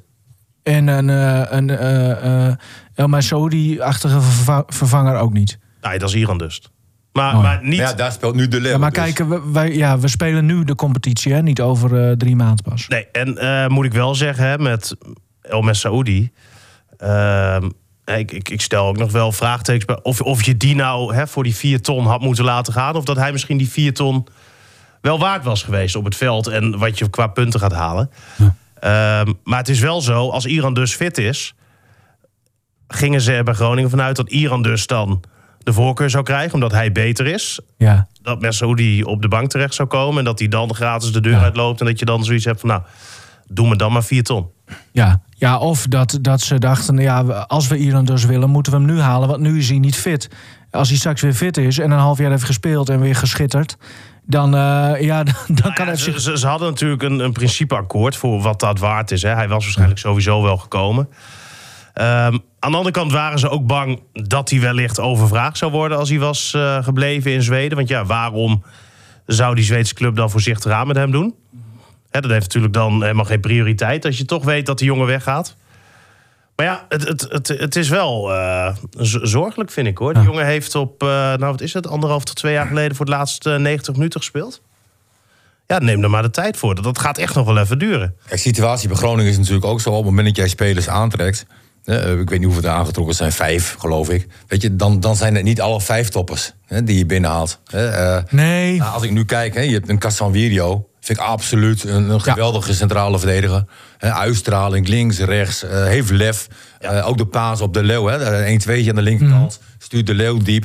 B: En een, eh een eh eh El Masoudi-achtige verva- vervanger ook niet.
D: Nee, dat is Iran dus. Maar,
B: Mooi.
D: maar niet...
C: Ja, daar speelt nu de Leeuw.
B: Ja, maar
C: dus.
B: kijk, we, wij, ja, we spelen nu de competitie, hè? niet over eh, drie maanden pas.
D: Nee, en eh, moet ik wel zeggen, hè, met El Saoudi. ehm, ik, ik, ik stel ook nog wel vraagtekens bij of, of je die nou hè, voor die 4 ton had moeten laten gaan. Of dat hij misschien die 4 ton wel waard was geweest op het veld. En wat je qua punten gaat halen. Ehm, maar het is wel zo, als Iran dus fit is. gingen ze er bij Groningen vanuit dat Iran dus dan de voorkeur zou krijgen. omdat hij beter is.
B: Ja.
D: dat Messi op de bank terecht zou komen. En dat hij dan gratis de deur uitloopt. En dat je dan zoiets hebt van, nou, doe me dan maar 4 ton.
B: Ja. ja, of dat, dat ze dachten, ja, we- als we Iran dus willen, moeten we hem nu halen. Want nu is hij niet fit. Als hij straks weer fit is en een half jaar heeft gespeeld en weer geschitterd... dan, eh, ja, dan, dan
D: Nou
B: kan
D: ja,
B: het zich...
D: ze, ze, ze hadden natuurlijk een, een principeakkoord voor wat dat waard is. Hè. Hij was waarschijnlijk sowieso wel gekomen. Ehm, aan de andere kant waren ze ook bang dat hij wellicht overvraagd zou worden als hij was eh, gebleven in Zweden. Want ja, waarom zou die Zweedse club dan voorzichtig aan met hem doen? Hè, dat heeft natuurlijk dan helemaal geen prioriteit als je toch weet dat die jongen weggaat. Maar ja, het, het, het, het is wel eh, z- zorgelijk, vind ik hoor. Die jongen heeft op, eh, nou wat is het, anderhalf tot twee jaar geleden voor het laatst eh, 90 minuten gespeeld. Ja, neem er maar de tijd voor. Dat- Dat gaat echt nog wel even duren.
C: Kijk, de situatie bij Groningen is natuurlijk ook zo. Op het moment dat jij spelers aantrekt. hè, eh, ik weet niet hoeveel er aangetrokken zijn, vijf geloof ik. Weet je, dan, dan zijn het niet alle vijf toppers hè, die je binnenhaalt. Hè, eh,
B: Nee.
C: Nou, als ik nu kijk, hè, je hebt een Casanvirio. Vind ik absoluut een, een geweldige centrale verdediger. Hè, uitstraling, links, rechts. eh, heeft lef. Eh, ook de paas op de Leeuw. hè, Eh, Een tweetje aan de linkerkant. Stuurt de Leeuw diep.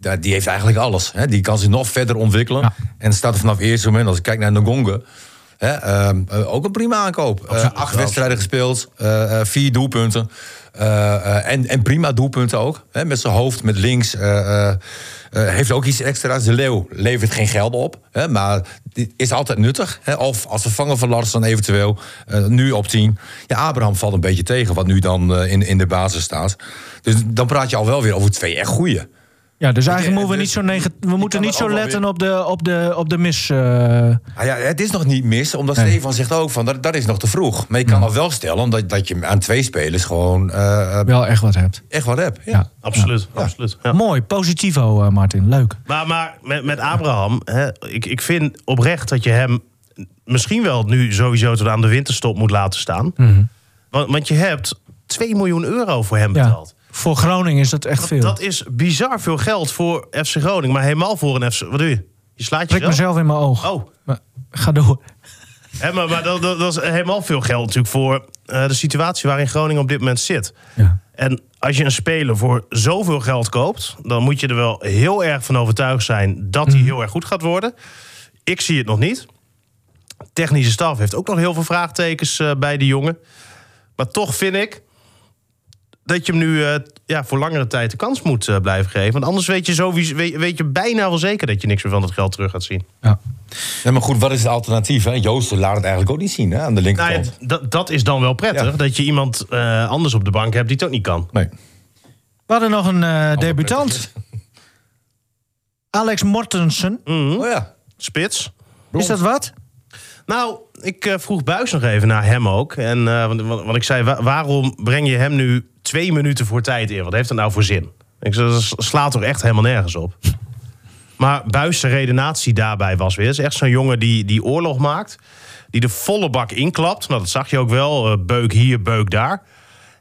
C: Daar- die heeft eigenlijk alles. Hè. Die kan zich nog verder ontwikkelen.
B: Ja.
C: En staat er vanaf eerste moment, als ik kijk naar Ngonge... Hè, ehm, eh, ook een prima aankoop. Eh, acht wedstrijden gespeeld, eh, eh, vier doelpunten. Eh, eh, en, en prima doelpunten ook. Hè, met zijn hoofd, met links. eh, eh, eh, heeft ook iets extra's. De Leeuw levert geen geld op, hè, maar die is altijd nuttig. Hè, of als vervanger van Larsson eventueel, eh, nu op 10. Ja, Abraham valt een beetje tegen wat nu dan eh, in, in de basis staat. Dus dan praat je al wel weer over twee echt goeie.
B: Ja, dus
C: eh,
B: eigenlijk moeten we
C: dus
B: niet zo, nega- we moeten
C: kan
B: niet
C: er
B: zo
C: ook wel
B: letten
C: weer-
B: op de, op de, op de mis. eh,
C: Ah ja, het is nog niet mis, omdat
B: Nee.
C: Stefan zegt ook van dat, dat is nog te vroeg. Maar je kan al wel stellen dat, dat je aan twee spelers gewoon eh, eh,
B: wel echt wat hebt.
C: echt wat hebt. Ja.
B: Ja.
D: Absoluut, absoluut. Ja.
B: Mooi, positivo, eh, Martin. Leuk.
D: Maar, maar met, met Abraham, hè, ik, ik vind oprecht dat je hem misschien wel nu sowieso tot aan de winterstop moet laten staan. Want, want je hebt 2 miljoen euro voor hem
B: Mhm. Ja.
D: betaald.
B: Voor Groningen is dat echt veel.
D: Dat is bizar veel geld voor FC Groningen, maar helemaal voor een FC. Wat doe je? Je slaat
B: Prik
D: jezelf.
B: mezelf in mijn oog.
D: Oh,
B: Maar, ga door.
D: hè, maar, maar dat, dat, dat is helemaal veel geld natuurlijk voor eh, de situatie waarin Groningen op dit moment zit.
B: Ja.
D: En als je een speler voor zoveel geld koopt, dan moet je er wel heel erg van overtuigd zijn dat hij heel erg goed gaat worden. Ik zie het nog niet. Technische staf heeft ook nog heel veel vraagtekens eh, bij die jongen. Maar toch vind ik dat je hem nu eh, ja, voor langere tijd de kans moet eh, blijven geven. Want anders weet je, sowieso, weet, weet je bijna wel zeker dat je niks meer van dat geld terug gaat zien.
B: Ja.
C: Ja, maar goed, wat is het alternatief? Hè? Joost laat het eigenlijk ook niet zien hè, aan de
D: Nou ja,
C: linkerkant.
D: dat- dat is dan wel prettig,
C: Ja.
D: dat je iemand eh, anders op de bank hebt die het ook niet kan.
C: Nee.
B: We hadden nog een eh, debutant. Alex Mortensen.
C: Oh ja.
D: Spits.
C: Mm.
B: Is dat wat?
D: Nou, ik eh, vroeg Buis nog even naar hem ook. En, eh, want, want, want ik zei, wa- waarom breng je hem nu twee minuten voor tijd in? Wat heeft dat nou voor zin? Ik zei, dat s- slaat toch echt helemaal nergens op? Maar Buis' redenatie daarbij was weer... Het is echt zo'n jongen die, die oorlog maakt. Die de volle bak inklapt. Nou, dat zag je ook wel. eh, beuk hier, beuk daar.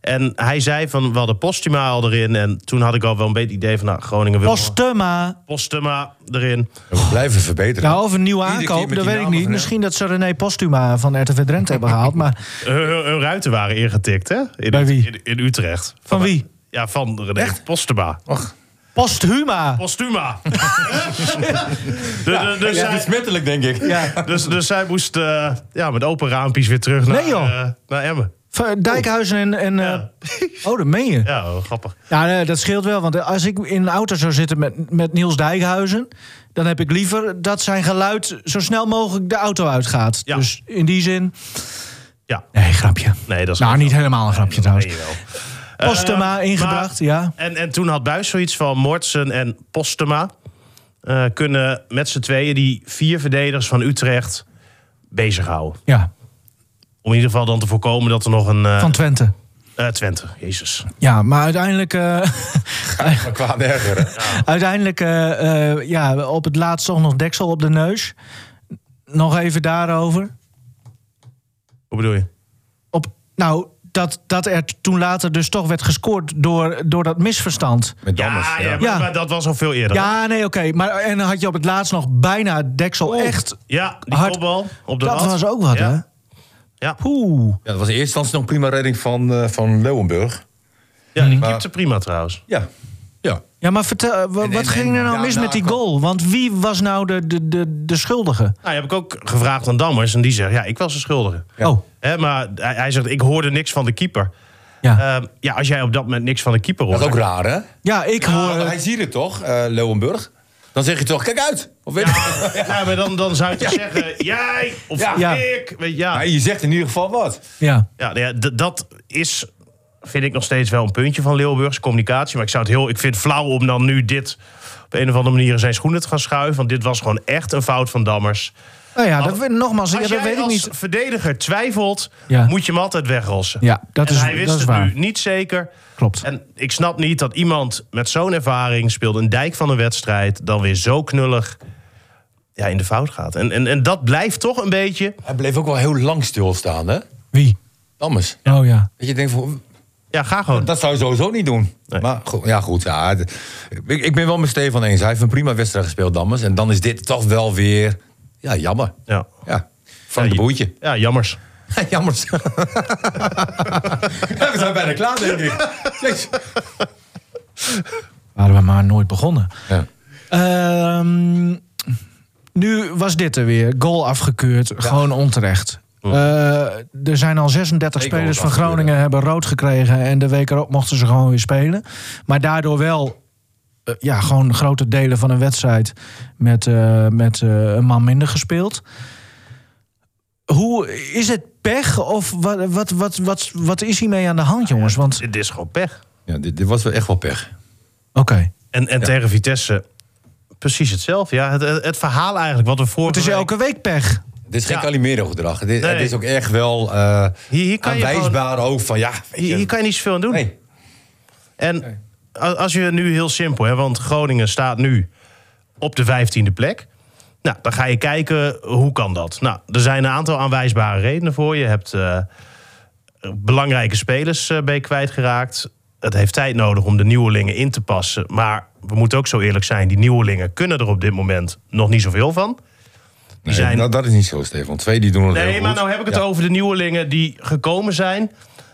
D: En hij zei van, we hadden Postuma al erin. En toen had ik al wel een beetje het idee van... Nou, Groningen wil
B: Postuma.
D: Postuma erin.
C: We blijven verbeteren.
B: Nou, of een nieuwe
C: Iedere keer
B: aankoop, dat
C: met die
B: weet ik
C: namen
B: niet.
C: van hem.
B: Misschien dat ze René Postuma van RTV Drenthe hebben gehaald. Maar
D: Hun, hun ruiten waren ingetikt, hè? In,
B: Bij wie?
D: In, in Utrecht.
B: Van wie?
D: Ja, van René Postuma.
B: Posthuma.
D: Postuma! De- de- dus,
C: ja,
D: zij,
C: besmettelijk, denk ik.
B: Ja.
D: dus, dus zij moest eh, ja, met open raampjes weer terug naar,
B: Nee, joh.
D: eh, naar Emmen.
B: Van Dijkhuizen en... en
D: Ja.
B: eh, oh, dat meen je.
D: Ja, wel grappig.
B: Ja, nee, dat scheelt wel. Want eh, als ik in een auto zou zitten met, met Niels Dijkhuizen... dan heb ik liever dat zijn geluid zo snel mogelijk de auto uitgaat.
D: Ja.
B: Dus in die zin...
D: Ja,
B: Nee, grapje.
D: nee, dat is
B: Nou,
D: grappig.
B: niet helemaal een grapje trouwens.
D: Nee, wel.
B: Postuma ingebracht,
D: Eh, maar-
B: ja.
D: En, en toen had Buis zoiets van Mortsen en Postema. eh, kunnen met z'n tweeën die vier verdedigers van Utrecht bezighouden.
B: Ja,
D: Om in ieder geval dan te voorkomen dat er nog een... eh,
B: van Twente.
D: eh, Twente, jezus.
B: Ja, maar uiteindelijk... eh,
C: Maar qua nerger. hè.
B: Uiteindelijk, eh, eh, ja, op het laatst toch nog deksel op de neus. Nog even daarover.
D: Hoe bedoel je?
B: Op, nou, dat, dat er t- toen later dus toch werd gescoord door, door dat misverstand.
C: Met
D: Ja,
C: Dammers.
D: ja,
C: ja.
D: Maar,
B: Ja.
D: maar dat was al veel eerder.
B: Ja, nee, oké. Maar En dan had je op het laatst nog bijna het deksel echt.
D: Ja, die
B: Hard-
D: kopbal op Oh, de
B: Dat
D: lat.
B: was ook wat,
D: Ja.
B: hè?
D: Ja.
B: Oeh.
C: Ja, dat was in eerste instantie nog prima redding van, eh, van Leeuwenburg.
D: Ja, die keepte prima trouwens.
C: Ja. Ja.
B: Ja, maar vertel, eh, wa-
C: En-
B: wat
C: en-
B: ging er
C: en
B: nou
C: daarna
B: mis met die
C: kwam-
B: goal? Want wie was nou de, de, de, de schuldige?
D: Nou, heb ik ook gevraagd aan Dammers en die zegt, ja, ik was de schuldige.
B: Oh,
D: Hè, maar hij, hij zegt, ik hoorde niks van de keeper.
B: ja.
D: Ehm, ja, als jij op dat moment niks van de keeper
C: Dat
D: hoort...
C: is ook raar, hè?
B: ja, ik hoor...
C: hij ziet het toch, eh Leeuwenburg? Dan zeg je toch, kijk uit. Of weet je-
D: Ja, ja, maar dan, dan zou je toch zeggen, jij of
C: Ja.
B: Ja.
D: ik. Weet, je, ja.
C: Maar je zegt in ieder geval wat.
B: ja.
D: Ja, nou ja, d- dat is, vind ik nog steeds wel een puntje van Leeuwburgse communicatie. Maar ik, zou het heel, ik vind het flauw om dan nu dit op een of andere manier in zijn schoenen te gaan schuiven. Want dit was gewoon echt een fout van Dammers.
B: Nou ja, dat, we- nogmaals, ja,
D: Als
B: dat
D: jij
B: weet ik
D: als
B: niet.
D: verdediger twijfelt,
B: Ja.
D: moet je hem altijd wegrossen.
B: Ja, dat
D: en
B: is,
D: hij wist
B: dat is
D: het
B: waar.
D: nu niet zeker.
B: Klopt.
D: En ik snap niet dat iemand met zo'n ervaring speelt een dijk van een wedstrijd, dan weer zo knullig ja, in de fout gaat. En, en, en dat blijft toch een beetje.
C: Hij bleef ook wel heel lang stilstaan, hè?
B: Wie?
C: Dammers.
B: Oh ja.
C: Dat je denkt, van,
D: Ja, ga gewoon.
C: dat zou je sowieso niet doen. Maar goed, ja, goed. Ja, het- ik, ik ben wel met Stefan eens. Hij heeft een prima wedstrijd gespeeld, Dammers. En dan is dit toch wel weer... Ja, jammer.
D: Ja.
C: Ja, Frank de Boertje.
D: Ja, jammers.
C: Jammer. Ja, we zijn bijna klaar, denk ik. Jezus.
B: Waren we maar nooit begonnen.
C: Ja.
B: Ehm, nu was dit er weer. Goal afgekeurd. Gewoon onterecht. Eh, er zijn al 36
C: Twee
B: spelers van
C: goals
B: Groningen hebben rood gekregen. En de week erop mochten ze gewoon weer spelen. Maar daardoor wel eh, ja, gewoon grote delen van een wedstrijd met, eh, met eh, een man minder gespeeld. Hoe is het pech of wat, wat, wat, wat, wat is hiermee aan de hand, jongens? Want
D: Dit is gewoon pech.
C: Ja, dit, dit was wel echt wel pech.
B: oké,
D: En, en tegen Vitesse precies hetzelfde. Ja, het, het het verhaal eigenlijk wat we voor.
B: het is elke week pech.
C: Dit is geen
D: Ja.
C: Calimero gedrag. Dit,
D: Nee.
C: Het is ook echt wel eh
D: Hier- hier kan je
C: aanwijsbaar ook van ja. weet je,
D: Hier, hier kan je niet zoveel aan doen.
C: nee.
D: En a- als je nu heel simpel, hè, want Groningen staat nu op de 15e plek. Nou, dan ga je kijken hoe kan dat. Nou, er zijn een aantal aanwijsbare redenen voor. Je hebt eh, belangrijke spelers eh ben je kwijtgeraakt. Het heeft tijd nodig om de nieuwelingen in te passen. Maar we moeten ook zo eerlijk zijn: die nieuwelingen kunnen er op dit moment nog niet zoveel van.
C: Nee,
D: zijn-
C: dat, dat is niet zo, Stefan. Twee die doen het heel
D: Nee, maar
C: goed.
D: nou heb ik het
C: Ja.
D: over de nieuwelingen die gekomen zijn.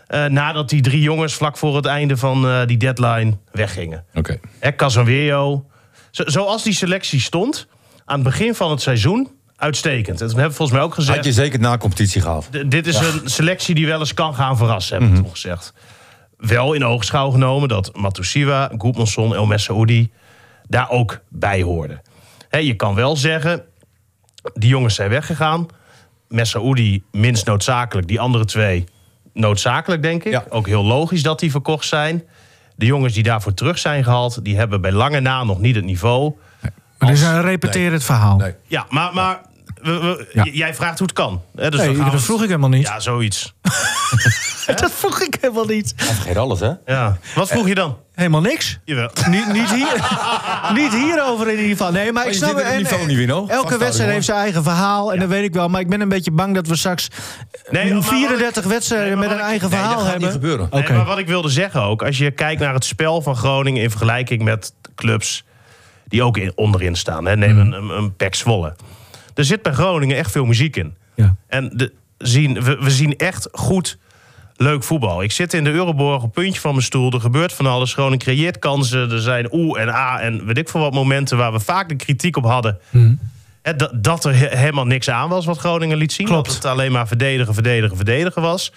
D: eh, nadat die drie jongens vlak voor het einde van eh, die deadline weggingen.
C: Oké.
D: Hè, Casemiro. Zo, zoals die selectie stond aan het begin van het seizoen, uitstekend. En toen hebben we volgens mij ook
C: Had
D: gezegd...
C: je zeker na competitie gehaald.
D: d- dit is een selectie die wel eens kan gaan verrassen, hebben we
B: Mhm.
D: toen gezegd. Wel in oogschouw genomen dat Matusiwa, Goedmanson, El Messaoudi daar ook bij hoorden. Hè, je kan wel zeggen, die jongens zijn weggegaan. Messaoudi minst noodzakelijk, die andere twee noodzakelijk, denk ik.
C: Ja.
D: Ook heel logisch dat die verkocht zijn. De jongens die daarvoor terug zijn gehaald, die hebben bij lange na nog niet het niveau.
B: Maar dit is een repeterend verhaal.
C: Nee.
D: Ja, maar, maar we- we-
B: Ja.
D: j- jij vraagt hoe het kan. Hè, dus
B: Nee,
D: dan gaan we-
B: dat vroeg ik helemaal niet.
D: Ja, zoiets.
B: Dat vroeg ik helemaal niet.
C: Vergeet alles, hè?
D: Ja. Wat vroeg je dan?
B: Helemaal niks.
D: Jawel.
B: Niet, niet, hier, niet hierover in ieder geval. Nee, maar ik
C: Oh, je
B: snap eh,
C: zit op het niveau niet, Wino.
B: Elke
C: Vasthouden,
B: wedstrijd
C: jongen.
B: heeft zijn eigen verhaal. En dat weet ik wel. Maar ik ben een beetje bang dat we straks
D: Nee,
B: eh,
D: maar wat ik-
B: 34 wedstrijden
D: Nee, maar
B: met een
D: wat ik-
B: eigen
D: nee,
B: verhaal
C: dat gaat niet
B: hebben.
C: gebeuren.
B: Oké.
D: Nee, maar wat ik wilde zeggen ook, als je kijkt naar het spel van Groningen in vergelijking met clubs die ook in, onderin staan. Hè. Neem een, een, een Pek Zwolle. Er zit bij Groningen echt veel muziek in.
B: Ja.
D: En de, zien, we, we zien echt goed leuk voetbal. Ik zit in de Euroborg, op puntje van mijn stoel. Er gebeurt van alles. Groningen creëert kansen. Er zijn oe en a en weet ik veel wat momenten waar we vaak de kritiek op hadden. Hè, dat, dat er he- helemaal niks aan was wat Groningen liet zien.
B: Klopt.
D: Dat het alleen maar verdedigen, verdedigen, verdedigen was.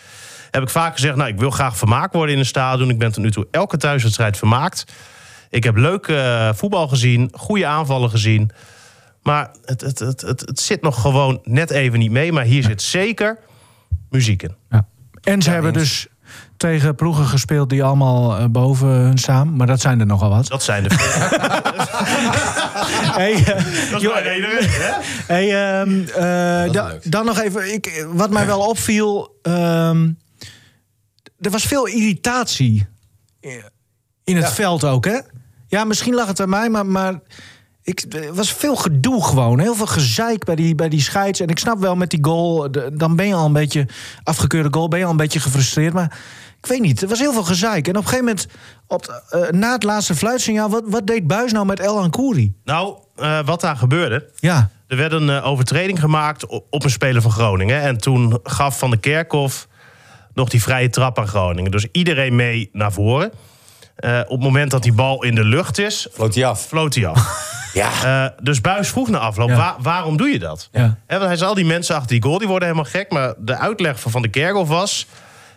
D: Heb ik vaak gezegd, nou, ik wil graag vermaakt worden in een stadion. Ik ben tot nu toe elke thuiswedstrijd vermaakt. Ik heb leuk eh, voetbal gezien, goede aanvallen gezien. Maar het, het, het, het, het zit nog gewoon net even niet mee. Maar hier zit zeker muziek in.
B: Ja. En ze hebben dus tegen ploegen gespeeld die allemaal eh, boven hun staan. Maar dat zijn er nogal wat.
D: Dat zijn de dat
B: Hey, eh,
D: is
B: joh,
D: bijna iedereen, hè?
B: Hey, ehm, eh,
C: is
B: da-
C: leuk.
B: dan nog even, ik, wat mij wel opviel. ehm, er was veel irritatie in het veld ook, hè? Ja, misschien lag het aan mij, maar, maar ik, er was veel gedoe gewoon. Heel veel gezeik bij die, bij die scheids. En ik snap wel met die goal, de- dan ben je al een beetje... afgekeurde goal, ben je al een beetje gefrustreerd. Maar ik weet niet, er was heel veel gezeik. En op een gegeven moment, op, eh, na het laatste fluitsignaal... wat, wat deed Buis nou met El Ankouri?
D: Nou, eh, wat daar gebeurde.
B: Ja,
D: Er werd een eh, overtreding gemaakt op, op een speler van Groningen. En toen gaf Van de Kerkhoff nog die vrije trap aan Groningen. Dus iedereen mee naar voren. Eh, op het moment dat die bal in de lucht is,
C: Floot hij af.
D: floot hij af.
C: Ja.
D: Eh, dus Buis vroeg na afloop,
B: Ja.
D: "Wa- waarom doe je dat?
B: Ja.
D: Hè, want hij zei, al die mensen achter die goal, die worden helemaal gek. Maar de uitleg van Van de Kerkhoff was...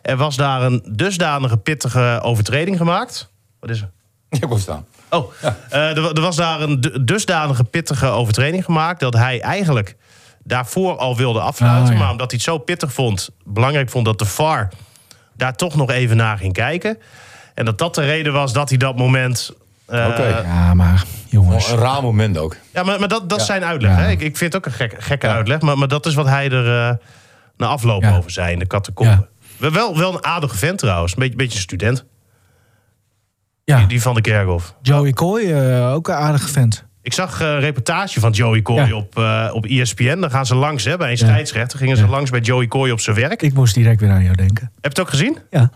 D: er was daar een dusdanige pittige overtreding gemaakt. Wat is er?
C: Ik kom staan.
D: Oh, eh, er, wa- er was daar een du- dusdanige pittige overtreding gemaakt... dat hij eigenlijk daarvoor al wilde afsluiten.
B: Oh, ja.
D: Maar omdat hij het zo pittig vond, belangrijk vond... dat de VAR daar toch nog even naar ging kijken. En dat dat de reden was dat hij dat moment... eh,
C: Oké.
B: ja maar jongens...
C: Een raar moment ook.
D: ja, maar, maar dat, dat is zijn uitleg. Hè? Ik, ik vind het ook een gek, gekke uitleg. Maar, maar dat is wat hij er eh, na afloop
B: Ja.
D: over zei in de catacombe.
B: Ja.
D: Wel- Wel, wel een aardige vent trouwens. Een beetje, beetje een student.
B: Ja.
D: Die van de Kerkhof.
B: Joey Kooi, eh, ook een aardige vent.
D: Ik zag eh, een reportage van Joey Coy
B: Ja.
D: op, eh op ESPN. Dan gaan ze langs hè, bij een scheidsrechter. Gingen ze langs bij Joey Coy op zijn werk. Heb
B: Ik moest direct weer aan jou denken.
D: je het ook gezien?
B: Ja.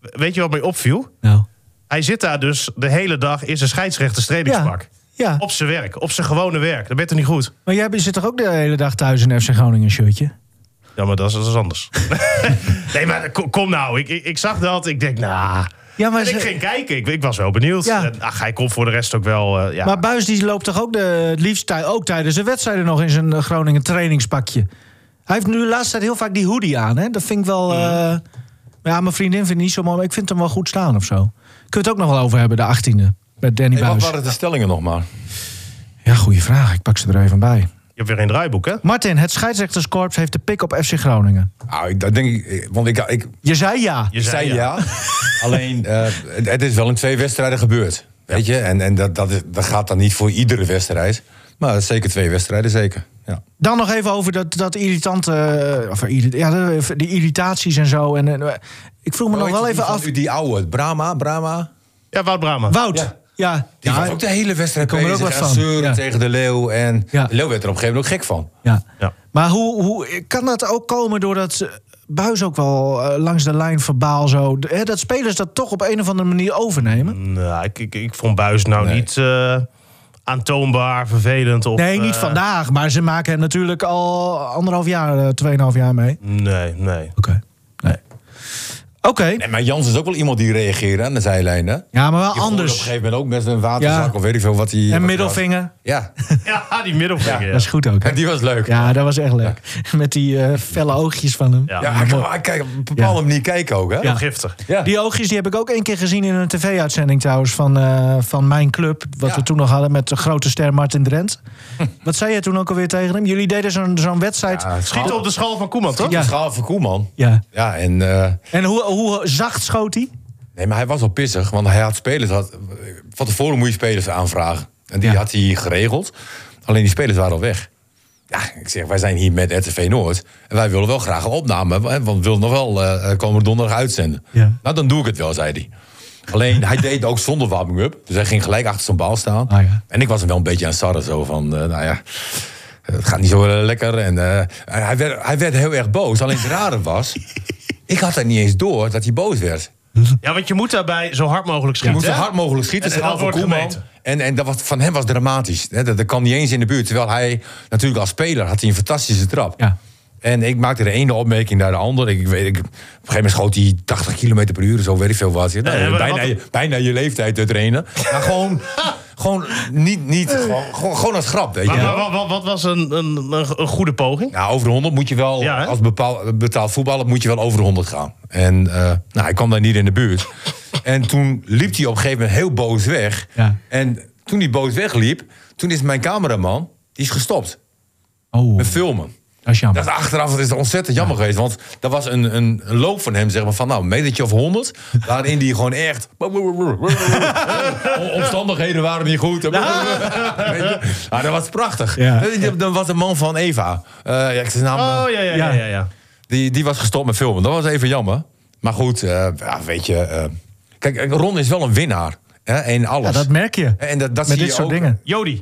D: Weet je wat mij opviel?
B: Nou.
D: Hij zit daar dus de hele dag in zijn scheidsrechter
B: Ja.
D: stredingspak.
B: ja.
D: Op zijn werk. Op zijn gewone werk. Dat bent er niet goed.
B: Maar jij zit toch ook de hele dag thuis in een FC Groningen shirtje?
D: Ja, maar dat is, dat is anders. nee, maar kom, kom nou. Ik, ik, ik zag dat. Ik denk, nou.
B: Ja, maar,
D: En ik
B: ze-
D: ging kijken. Ik, ik was wel benieuwd.
B: Ja.
D: En, Ach, hij kon voor de rest ook wel. eh, ja.
B: maar Buis die loopt toch ook de, het liefst tij- ook tijdens de wedstrijden nog in zijn eh, Groningen trainingspakje. Hij heeft nu de laatste tijd heel vaak die hoodie aan. Hè? Dat vind ik wel. eh, ja, mijn vriendin vindt het niet zo mooi, maar ik vind hem wel goed staan of zo. Kunnen we het ook nog wel over hebben, de 18e. Met Danny
C: Hey, wat
B: Buijs.
C: waren de stellingen nog maar?
B: Ja, goede vraag. Ik pak ze er even bij.
D: Je hebt weer geen draaiboek, hè?
B: Martin, het scheidsrechterskorps heeft de pik op FC Groningen.
C: Ah, ik- dat denk ik, eh, want ik, ik
B: Je zei ja.
D: Je
C: zei ja. Alleen, eh, het, het is wel in twee wedstrijden gebeurd. Weet je, en, en dat, dat, is- dat gaat dan niet voor iedere wedstrijd. Maar zeker twee wedstrijden, zeker. Ja.
B: Dan nog even over dat, dat irritante... eh, Of, irri- ja, de, de irritaties en zo. En, eh, ik vroeg me nog wel even af...
C: Die, die oude, Brahma, Brahma.
D: Ja, Wout Brama.
B: Wout, ja.
C: Ja.
B: Ja,
C: Die was ook de hele wedstrijd
B: Daar komen er
C: bezig.
B: ook wat
C: en
B: van,
C: zeuren
B: ja.
C: tegen de Leeuw. En
B: Ja.
C: de Leeuw werd er op een gegeven moment ook gek van.
B: ja.
D: Ja.
B: Maar hoe, hoe kan dat ook komen doordat eh, Buis ook wel eh, langs de lijn verbaal zo... de- hè, dat spelers dat toch op een of andere manier overnemen?
D: Nou, ik, ik, ik vond Buis nou
C: Nee.
D: niet eh, aantoonbaar, vervelend. Of,
B: nee, niet
D: eh,
B: vandaag. Maar ze maken het natuurlijk al anderhalf jaar, eh, tweeënhalf jaar mee. Oké.
D: Nee, nee.
B: Nee. Oké.
C: En maar Jans is ook wel iemand die reageerde aan de zijlijn. Hè? Je
B: Ja, maar wel
C: hoorde
B: anders.
C: Op een gegeven moment ook met een waterzak
B: Ja.
C: of weet ik veel wat hij. wat
B: En
C: hij
B: middelvinger.
C: had. Ja,
D: Ja, die middelvinger. Ja,
B: Dat is goed ook. hè?
C: en die was leuk. Ja,
B: Ja, dat was echt leuk. Met die eh, felle oogjes van hem.
D: Ja.
C: hij kan- hij kan op een bepaalde manier kijken ook. Hè?
D: Heel giftig.
C: Ja.
B: Die oogjes die heb ik ook één keer gezien in een tv-uitzending trouwens van, eh, van Mijn Club. Wat
C: Ja. Hm.
B: we toen nog hadden met de grote ster Martin Drent. Wat zei jij toen ook alweer tegen hem? Jullie deden zo'n zo'n wedstrijd.
C: Ja, het
D: Schiet op de school van Koeman, toch?
B: Ja.
C: ja. schaal van Koeman.
B: Ja.
C: Ja, en, eh,
B: En hoe, hoe zacht schoot hij?
C: nee, maar hij was wel pissig, want hij had spelers. Had, van tevoren moet je spelers aanvragen. En die
B: Ja.
C: had hij geregeld. Alleen die spelers waren al weg. Ja, ik zeg, wij zijn hier met RTV Noord. En wij willen wel graag een opname. hè, Want we willen nog wel eh komen donderdag uitzenden.
B: Ja.
C: Nou, dan doe ik het wel, zei hij. Alleen, hij deed ook zonder warming-up. Dus hij ging gelijk achter zijn bal staan.
B: Ah, ja.
C: En ik was hem wel een beetje aan het sarren. Zo van, eh, nou ja, het gaat niet zo eh, lekker. En, eh, en hij, werd, hij werd heel erg boos. Alleen het rare was, ik had dat niet eens door dat hij boos werd.
D: Ja, want je moet daarbij zo hard mogelijk
C: Je
D: schieten.
C: moest zo
D: hè?
C: hard mogelijk schieten.
D: En- en
C: schaal
D: dat
C: van
D: wordt
C: Koeman.
D: gemeten.
C: En, en dat was, van hem was dramatisch. hè. Dat, dat kwam niet eens in de buurt. Terwijl hij natuurlijk als speler had hij een fantastische trap.
B: Ja.
C: En ik maakte de ene opmerking naar de andere. Ik, weet, ik, op een gegeven moment schoot hij 80 km per uur. Zo weet ik veel wat. Ja, nou,
D: Nee, maar
C: bijna,
D: wat-
C: je, bijna je leeftijd te trainen. Maar gewoon, gewoon niet... niet gewoon, gewoon, gewoon als grap, weet je
D: Maar,
C: wel.
D: maar wat, wat, wat was een, een, een, een goede poging?
C: Nou, over de 100 moet je wel,
D: Ja, hè?
C: als bepaal, betaald voetballer, moet je wel over de 100 gaan. En eh, nou, hij kwam daar niet in de buurt. en toen liep hij op een gegeven moment heel boos weg.
B: Ja.
C: En toen hij boos wegliep, toen is mijn cameraman, die is gestopt
B: Oh,
C: met filmen.
B: dat is jammer.
C: Dat achteraf dat is ontzettend jammer geweest. Want dat was een, een, een loop van hem, zeg maar, van nou, een metertje of 100. Waarin die gewoon echt... Omstandigheden waren niet goed. Weet je? Maar dat was prachtig.
B: Ja.
C: Dan was de man van Eva. Eh, ja, ik zijn naam... eh,
D: Oh, ja, ja, ja. ja, ja.
C: die, die was gestopt met filmen. Dat was even jammer. Maar goed, eh, ja, weet je. eh, kijk, Ron is wel een winnaar. Hè, in alles.
B: Ja, dat merk je.
C: en dat,
B: met
C: dat zie
B: dit
C: je
B: soort
C: ook.
B: dingen.
D: Jody.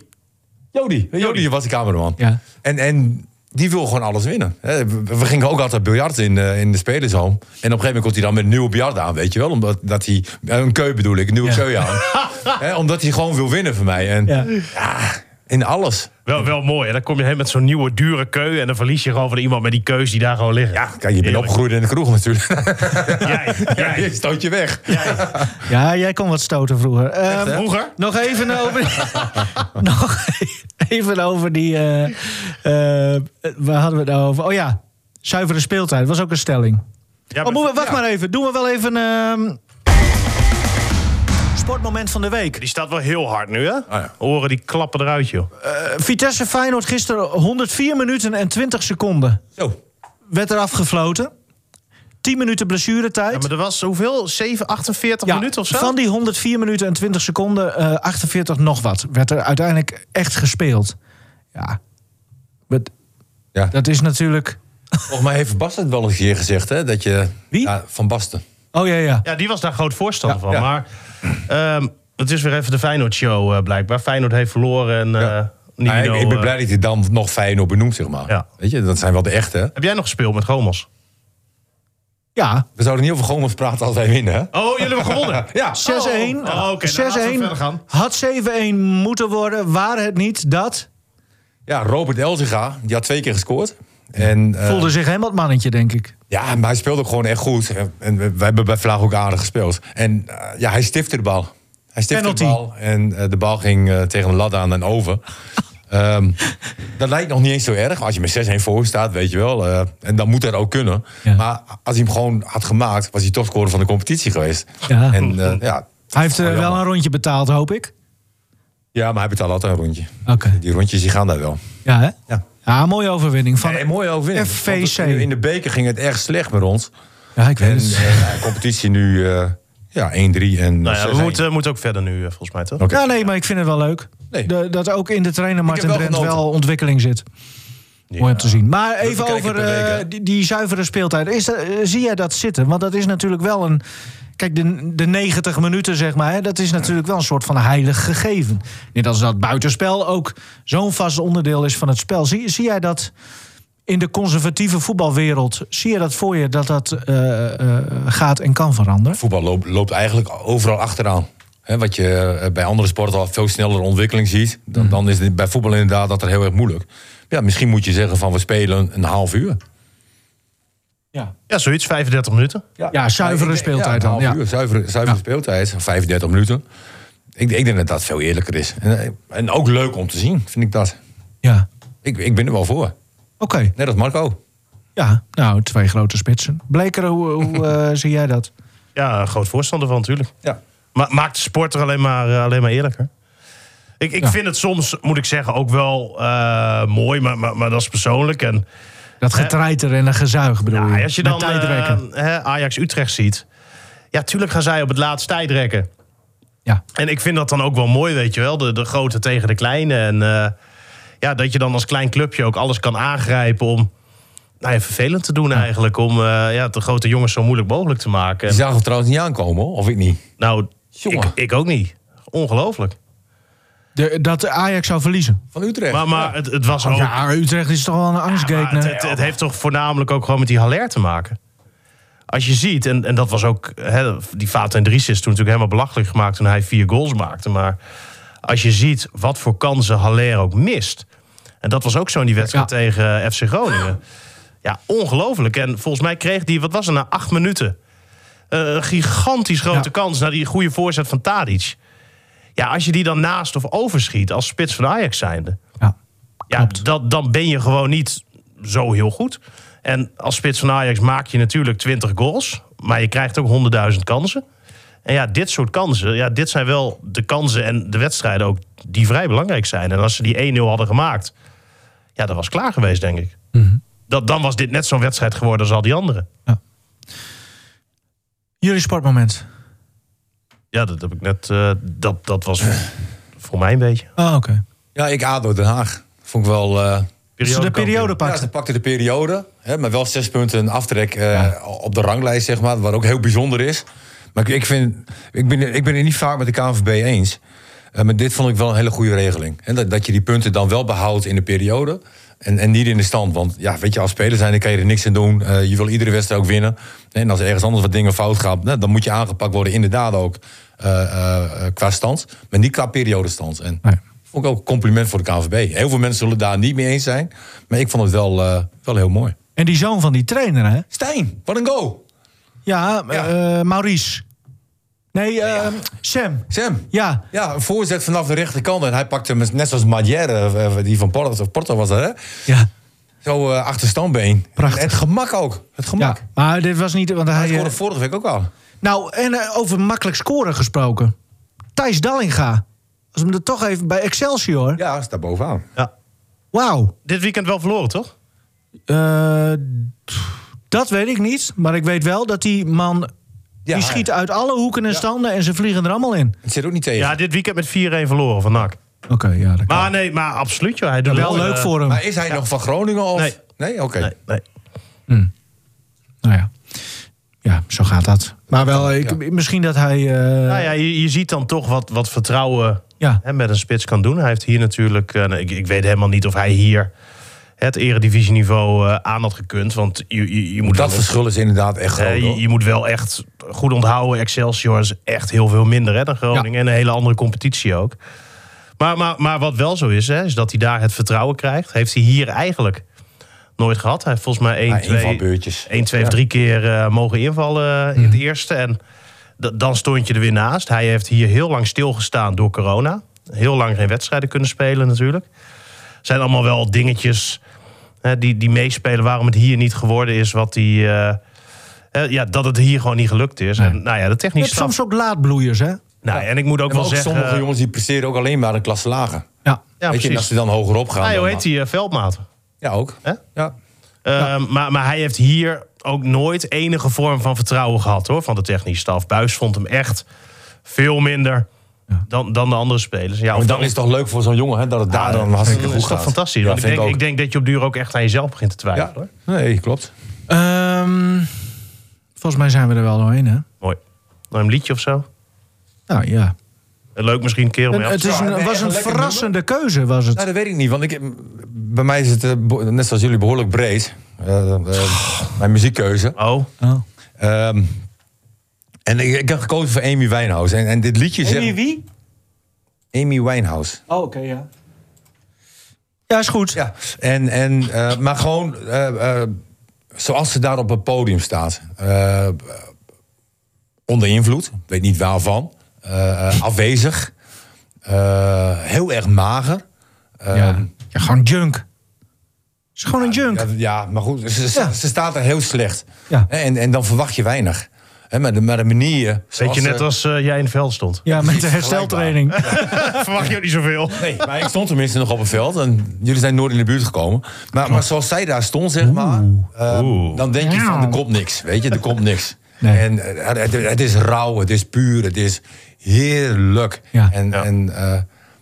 C: Jody, Jody was de cameraman.
B: Ja.
C: En, en die wil gewoon alles winnen. Hè, We we gingen ook altijd biljart in, eh, in de spelershome. En op een gegeven moment komt hij dan met een nieuwe biljart aan, weet je wel. Omdat dat hij, eh, een keu bedoel ik, een nieuwe
B: Ja.
C: keu aan. Hè, omdat hij gewoon wil winnen voor mij. En
B: Ja.
C: ja. in alles.
D: Wel, wel mooi. Hè? Dan kom je heen met zo'n nieuwe, dure keu. En dan verlies je gewoon van iemand met die keus die daar gewoon liggen.
C: Ja, kijk, je bent
D: Heerlijk.
C: opgegroeid in de kroeg natuurlijk.
D: Jij,
C: Ja,
D: jij,
C: je stoot je weg.
D: jij.
B: Ja, jij kon wat stoten vroeger. Ehm,
D: Vroeger?
B: nog even over. nog even over die. eh, eh, waar hadden we het nou over? Oh ja, zuivere speeltijd. was ook een stelling.
D: Ja,
B: oh,
D: maar-
B: moeten we, wacht
D: ja.
B: maar even. Doen we wel even. ehm, Sportmoment van de week.
D: Die staat wel heel hard nu, hè?
C: Oh, ja.
D: Oren die klappen eruit, joh.
B: Eh, Vitesse Feyenoord gisteren 104 minuten en 20 seconden.
C: Zo.
B: Werd er afgefloten. 10 minuten blessuretijd.
D: Ja, maar er was hoeveel? 7, 48
B: Ja,
D: minuten of zo?
B: Van die 104 minuten en 20 seconden, eh, 48 nog wat, werd er uiteindelijk echt gespeeld. Ja, Maar d-
C: Ja.
B: dat is natuurlijk.
C: Volgens mij heeft Bas het wel eens hier gezegd, hè? Dat je,
B: Wie?
C: Ja, van Basten.
B: Oh ja, ja.
D: Ja, die was daar groot voorstander
C: Ja,
D: van.
C: ja.
D: Maar ehm, het is weer even de Feyenoord-show eh, blijkbaar. Feyenoord heeft verloren en eh
C: Ja.
D: Nino,
C: Ah, ik, ik ben
D: eh,
C: blij dat hij dan nog Feyenoord benoemt, zeg maar.
D: Ja.
C: Weet je, dat zijn wel de echte, hè?
D: Heb jij nog gespeeld met Gomos?
B: Ja,
C: We zouden niet over Gomes praten als wij winnen, hè?
D: Oh, jullie hebben gewonnen.
C: Ja.
B: 6-1.
D: Oh, oh, oké, nou, laten we verder gaan.
B: 6-1. Had 7-1 moeten worden, waar het niet dat.
C: Ja, Robert Elzega, die had twee keer gescoord. En, eh,
B: Voelde zich helemaal het mannetje, denk ik.
C: Ja, maar hij speelde ook gewoon echt goed. En, en we- wij hebben bij Vlaag ook aardig gespeeld. En eh, ja, hij stifte de bal. Hij stifte de
B: Penalty.
C: bal en eh, de bal ging eh, tegen de lat aan en over. Ehm, dat lijkt nog niet eens zo erg. Als je met 6-1 voor staat, weet je wel. eh, en dan moet dat ook kunnen.
B: Ja.
C: Maar als hij hem gewoon had gemaakt, was hij topscorer van de competitie geweest.
B: Ja.
C: En eh, ja,
B: Hij heeft eh,
C: Oh, jammer.
B: wel een rondje betaald, hoop ik.
C: Ja, maar hij betaalt altijd een rondje.
B: Oké.
C: Die rondjes die gaan daar wel.
B: Ja, hè?
C: Ja.
B: Ja, mooie overwinning. Van...
C: Nee, mooie overwinning.
B: FVC.
C: Want In de beker ging het erg slecht met ons.
B: Ja, ik
C: En
B: weet het.
C: eh, de competitie nu eh, ja, 1-3 en
D: Nou ja, we
C: 6-1.
D: moeten, moeten ook verder nu, eh, volgens mij, toch?
C: Oké.
B: Ja, nee, maar ik vind het wel leuk.
C: Nee.
B: De- dat ook in de trainer Martin
C: wel
B: Drent
C: genoten.
B: wel ontwikkeling zit. Mooi om te zien. Maar even
C: bekijken
B: over
C: per week,
B: eh,
C: hè?
B: die, die zuivere speeltijd. Is dat, eh, zie jij dat zitten? Want dat is natuurlijk wel een... Kijk, de, de 90 minuten, zeg maar, hè, dat is natuurlijk wel een soort van heilig gegeven. Net als dat buitenspel ook zo'n vast onderdeel is van het spel. Zie, zie jij dat in de conservatieve voetbalwereld... zie je dat voor je dat dat eh, eh, gaat en kan veranderen?
C: Voetbal loopt, loopt eigenlijk overal achteraan. Hè, wat je eh, bij andere sporten al veel sneller ontwikkeling ziet.
B: Mhm.
C: Dan, dan is het bij voetbal inderdaad dat er heel erg moeilijk. Ja, misschien moet je zeggen van we spelen een half uur.
B: Ja,
D: Ja, zoiets, 35 minuten.
B: ja zuivere
C: Ja,
B: speeltijd
C: een
B: dan.
C: half
B: Ja.
C: uur, zuivere zuivere speeltijd, 35 minuten. Ik, ik denk dat dat veel eerlijker is. En, eh, en ook leuk om te zien, vind ik dat.
B: ja.
C: Ik, ik ben er wel voor.
B: Oké,
C: Net als Marco.
B: ja. Nou, twee grote spitsen. Bleker, hoe, hoe eh, zie jij dat?
D: Ja, groot voorstander van, natuurlijk.
C: Ja.
D: Ma maakt de sport er alleen maar, eh, alleen maar eerlijker. Ik, ik
B: Ja.
D: vind het soms, moet ik zeggen, ook wel eh, mooi, maar, maar, maar dat is persoonlijk. En nou
B: Dat getreiter en een gezuig bedoel
D: ja,
B: je?
D: als je
B: Met
D: dan
B: tijdrekken.
D: eh, hè, Ajax-Utrecht ziet, ja, tuurlijk gaan zij op het laatst tijdrekken.
B: ja.
D: En ik vind dat dan ook wel mooi, weet je wel. De, de grote tegen de kleine. En eh, ja, dat je dan als klein clubje ook alles kan aangrijpen om... Nou ja, vervelend te doen eigenlijk. Om eh, ja, de grote jongens zo moeilijk mogelijk te maken.
C: Die zagen we trouwens niet aankomen, hoor. of ik niet.
D: nou, ik,
C: Jongen.
D: ik ook niet. Ongelooflijk.
B: De- dat Ajax zou verliezen.
C: Van Utrecht.
D: Maar, maar het, het was ook...
B: Ja, Utrecht is toch wel een angstgate.
D: Oh. Maar het,
B: nee?
D: het, het heeft toch voornamelijk ook gewoon met die Haller te maken. Als je ziet, en, en dat was ook... Hè, die Vaat en Dries is toen natuurlijk helemaal belachelijk gemaakt... toen hij vier goals maakte. Maar als je ziet wat voor kansen Haller ook mist... en dat was ook zo in die wedstrijd
B: Ja.
D: tegen eh, FC Groningen. Ja, ongelooflijk. En volgens mij kreeg hij, wat was er, na acht minuten... eh, een gigantisch grote
B: Ja.
D: kans naar die goede voorzet van Tadic. Ja, als je die dan naast of overschiet als spits van Ajax zijnde...
B: ja.
D: Ja, dat, dan ben je gewoon niet zo heel goed. En als spits van Ajax maak je natuurlijk 20 goals. Maar je krijgt ook 100.000 kansen. En ja, dit soort kansen, ja, dit zijn wel de kansen en de wedstrijden ook die vrij belangrijk zijn. En als ze die 1-0 hadden gemaakt, ja, dat was klaar geweest, denk ik.
B: Mhm.
D: Dat, dan was dit net zo'n wedstrijd geworden als al die anderen.
B: Jullie sportmoment.
D: Ja, dat heb ik net. eh, dat, dat was voor mij een beetje.
B: Oh, oké.
C: Ja, ik ADO Den Haag. Vond ik wel... eh,
B: Dus de periode
C: ja,
B: pakte.
C: ze pakte de periode. Hè, maar wel zes punten een aftrek eh, op de ranglijst, zeg maar. Wat ook heel bijzonder is. Maar ik, ik, vind, ik, ben, ik ben het niet vaak met de KNVB eens. Eh, maar dit vond ik wel een hele goede regeling. Hè, dat, dat je die punten dan wel behoudt in de periode. En, en niet in de stand. Want ja, weet je, als speler zijn, dan kan je er niks aan doen. Eh, je wil iedere wedstrijd ook winnen. En als er ergens anders wat dingen fout gaan, nou, dan moet je aangepakt worden. Inderdaad ook eh, eh, eh, qua stand. Maar niet qua periodestand. En
B: Nee.
C: Vond ik ook een compliment voor de KNVB. Heel veel mensen zullen het daar niet mee eens zijn. Maar ik vond het wel, eh, wel heel mooi.
B: En die zoon van die trainer, hè?
C: Stijn, wat een goal.
B: Ja,
C: Ja.
B: eh, Maurice. Nee, eh, Sam.
C: Sam.
B: Ja.
C: Ja, een voorzet vanaf de rechterkant. En hij pakte hem net zoals Magère, die van Porto, of Porto was dat, hè?
B: Ja.
C: Zo eh achter standbeen.
B: Prachtig.
C: En het gemak ook. Het
B: ja.
C: gemak.
B: Maar dit was niet... Want
C: Hij
B: hij,
C: scoorde
B: eh,
C: vorige week ook al.
B: nou, en eh, over makkelijk scoren gesproken. Thijs Dallinga. Als we hem er toch even bij Excelsior.
C: Ja, staat bovenaan.
D: Ja.
B: Wauw.
D: Dit weekend wel verloren, toch?
B: Eh, pff, dat weet ik niet. Maar ik weet wel dat die man.
C: Ja,
B: die
C: ja.
B: schiet uit alle hoeken en standen en ze vliegen er allemaal in.
C: Het zit ook niet tegen.
D: Ja, dit weekend met 4-1 verloren van NAC.
B: Oké, ja, dat
D: Maar nee, maar absoluut joh. Hij doet
B: wel leuk
D: eh,
B: voor hem.
C: Maar is hij nog van Groningen? Of?
D: Nee.
C: Oké.
D: Nee, nee.
B: Nou ja. Ja, zo gaat dat. Maar wel, ik, misschien dat hij. eh,
D: Nou ja, je, je ziet dan toch wat, wat vertrouwen
B: Ja.
D: hè, met een spits kan doen. Hij heeft hier natuurlijk... eh, nou, ik, ik weet helemaal niet of hij hier het eredivisieniveau eh, aan had gekund. Want je, je, je moet
C: Dat
D: wel-
C: verschil is inderdaad echt groot.
D: eh, je,
C: hoor.
D: je moet wel echt goed onthouden. Excelsior is echt heel veel minder hè, dan Groningen. En een hele andere competitie ook. Maar, maar, maar wat wel zo is, hè, is dat hij daar het vertrouwen krijgt. Heeft hij hier eigenlijk nooit gehad. Hij heeft volgens mij
C: Ja,
D: 1, 2,
C: invalbeurtjes. Hmm.
D: 1, 2 of 3 keer eh, mogen invallen eh, in het eerste. En da- dan stond je er weer naast. Hij heeft hier heel lang stilgestaan door corona. Heel lang geen wedstrijden kunnen spelen natuurlijk. zijn allemaal wel dingetjes hè, die, die meespelen waarom het hier niet geworden is. Wat die, eh, eh, ja, dat het hier gewoon niet gelukt is. En, nou ja, de
B: je
D: technische
B: hebt
D: staf...
B: soms ook laadbloeiers, hè?
D: Nou, en ik moet ook
C: En
D: wel
C: ook
D: zeggen...
C: sommige jongens die presteren ook alleen maar een klasse lager.
B: Ja.
D: Ja,
C: Weet je, en als
D: precies.
C: ze dan hogerop gaan...
D: Ah,
C: dan-
D: hoe heet die? eh, veldmaat.
C: Ja, ook.
D: Hè?
C: Ja.
D: Eh, maar, maar hij heeft hier ook nooit enige vorm van vertrouwen gehad hoor, van de technische staf. Buis vond hem echt veel minder dan, dan de andere spelers. Ja,
C: Maar
D: of
C: dan is het toch leuk voor zo'n jongen hè, dat het daar dan hartstikke
D: dat
C: goed
D: is
C: gaat.
D: toch fantastisch.
C: Ja,
D: want ik,
C: vind
D: denk, ik,
C: ook.
D: denk dat je op duur ook echt aan jezelf begint te twijfelen.
C: Ja,
D: hoor.
C: nee, klopt.
B: Ehm, volgens mij zijn we er wel doorheen, hè?
D: Mooi. Nou, een liedje of zo.
B: Nou ja.
D: Eh, Leuk misschien een keer om je af te
B: het is
C: ja,
B: een,
C: nee,
B: was
C: echt een
B: een
C: lekker
B: verrassende keuze, was het.
C: Nou, dat weet ik niet, want ik, bij mij is het, eh, beho- net zoals jullie, behoorlijk breed. Eh, eh, mijn muziekkeuze.
D: Oh,
B: Oh.
C: Ehm, en ik, ik heb gekozen voor Amy Winehouse. En, en dit liedje zegt...
B: wie?
C: Amy Winehouse.
B: Oh, oké, ja. Ja, is goed.
C: Ja, en, en, eh, maar gewoon eh, eh, zoals ze daar op het podium staat. Eh, eh, onder invloed, weet niet waarvan. Eh, eh, afwezig. Eh, heel erg mager. Ehm,
B: ja. Ja, gewoon junk. Het is gewoon een junk.
C: Ja, ja, maar goed, ze, ze-
B: Ja.
C: ze staat er heel slecht.
B: Ja.
C: En, en dan verwacht je weinig. Hè, maar, de, maar de manier.
D: weet
C: zoals
D: je net
C: ze-
D: als eh, jij in het veld stond.
B: Ja, met de hersteltraining.
D: Verwacht je ook niet zoveel.
C: Nee, maar ik stond tenminste nog op het veld. En jullie zijn nooit in de buurt gekomen. Maar, maar zoals zij daar stond, zeg maar. ehm,
D: Oeh.
C: Dan denk je van, er komt niks. Weet je, er komt niks. En eh, het, het is rauw, het is puur, het is heerlijk.
B: Ja.
C: En, En, eh,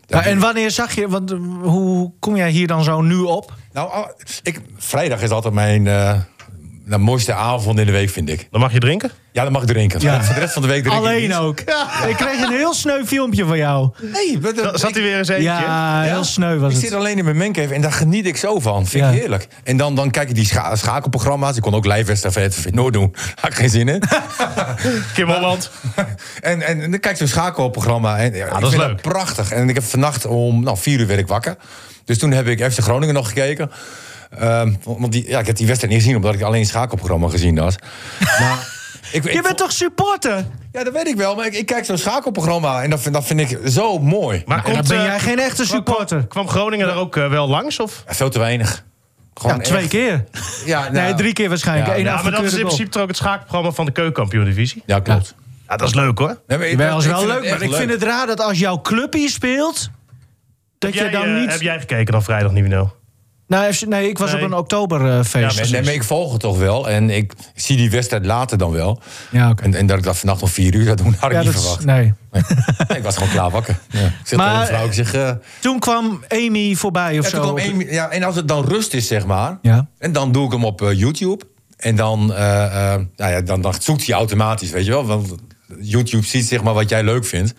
B: Ja, en wanneer zag je, want eh, hoe kom jij hier dan zo nu op?
C: nou, ah, ik, vrijdag is altijd mijn eh, nou, mooiste avond in de week, vind ik.
D: Dan mag je drinken.
C: Ja, dan mag ik drinken.
B: Ja.
C: Voor de rest van de week drink ik
B: Alleen
C: niet.
D: nou.
B: ook. Ik kreeg een heel sneu filmpje van jou.
C: Nee, wat-
D: Dan Zat
C: ik-
D: hij weer eens eentje?
B: Ja, heel sneu was
C: ik
B: het.
C: zit alleen in mijn mancave en daar geniet ik zo van. Vind
B: Ja.
C: ik heerlijk. En dan, dan kijk ik die scha- schakelprogramma's. Ik kon ook live wedstrijd nooit doen. Had ik geen zin in.
D: Kim Holland.
C: en, en, en dan kijk ik zo'n schakelprogramma. En,
B: Ah,
C: ja, ik
D: dat is
C: vind
D: leuk.
C: prachtig. En ik heb vannacht om nou, vier uur werd ik wakker. Dus toen heb ik FC Groningen nog gekeken. Ehm, want die, ja, ik heb die wedstrijd niet gezien omdat ik alleen het schakelprogramma gezien had. Maar ik, ik
B: Je bent
C: vond-
B: toch supporter?
C: Ja, dat weet ik wel. Maar ik, ik kijk zo'n schakelpromma en dat vind, dat vind ik zo mooi.
D: Maar
B: Dan
D: komt,
B: ben
D: eh,
B: jij geen echte supporter.
D: kwam Groningen daar ook eh, wel langs? Of?
C: Ja, veel te weinig. Gewoon
B: Ja, twee
C: echt-
B: keer.
C: Ja,
B: Nee,
C: nou,
B: drie keer waarschijnlijk.
C: Ja,
B: Eén
D: Ja, maar dat is in
B: afgekeurde goal.
D: principe toch ook het schaakprogramma van de keukenkampioen-divisie.
C: Ja, klopt.
D: Ja, dat is leuk hoor.
C: Nee, maar ik-
B: Jawel, is
C: ik
B: wel
C: vind
B: leuk,
C: het echt
B: maar ik vind het raar dat als jouw club hier speelt... dat je
D: Jij,
B: dan
D: eh,
B: niet...
D: Heb jij gekeken dan vrijdag, Nivino?
B: Nou, FC nee, ik was
D: Nee.
B: op een oktoberfeest.
D: Ja,
C: Nee, nee, maar ik volg het toch wel. En ik zie die wedstrijd later dan wel.
B: Ja, oké.
C: En, en dat ik dat vannacht om vier uur zou doen, had ik
B: Ja,
C: niet
B: dat is-
C: verwacht.
B: nee.
C: Nee, ik was gewoon klaar wakker. Ja. Ik zeg
B: Maar-
C: tegen een vrouw, ik zeg... eh,
B: Toen kwam Amy voorbij of
C: ja,
B: zo.
C: toen kwam één- ja, en als het dan rust is, zeg maar.
B: Ja.
C: En dan doe ik hem op eh, YouTube. En dan, eh, eh, nou ja, dan, dan zoekt hij automatisch, weet je wel. Want YouTube ziet zeg maar wat jij leuk vindt.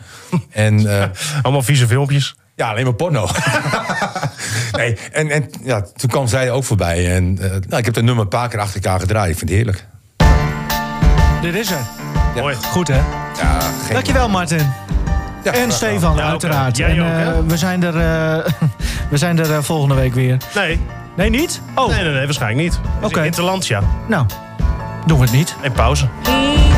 C: En... eh,
D: Allemaal vieze filmpjes.
C: Ja, alleen maar porno. nee, en, en ja, toen kwam zij ook voorbij. En eh, nou, ik heb dat nummer een paar keer achter elkaar gedraaid. Ik vind het heerlijk.
B: Dit is er.
D: Mooi.
B: Goed, hè?
C: Ja, geen...
B: Dankjewel, Martin.
C: Ja,
B: En
C: graag gedaan.
B: Stefan,
D: Ja, ook,
B: uiteraard.
D: hè? Jij
B: en,
D: ook, hè?
B: eh, we zijn er, eh, we zijn er eh, volgende week weer.
D: Nee,
B: Nee, niet? Oh,
D: nee, nee, nee waarschijnlijk niet. Het is
B: Oké.
D: Interland, ja.
B: nou, doen we het niet.
D: En pauze.
E: He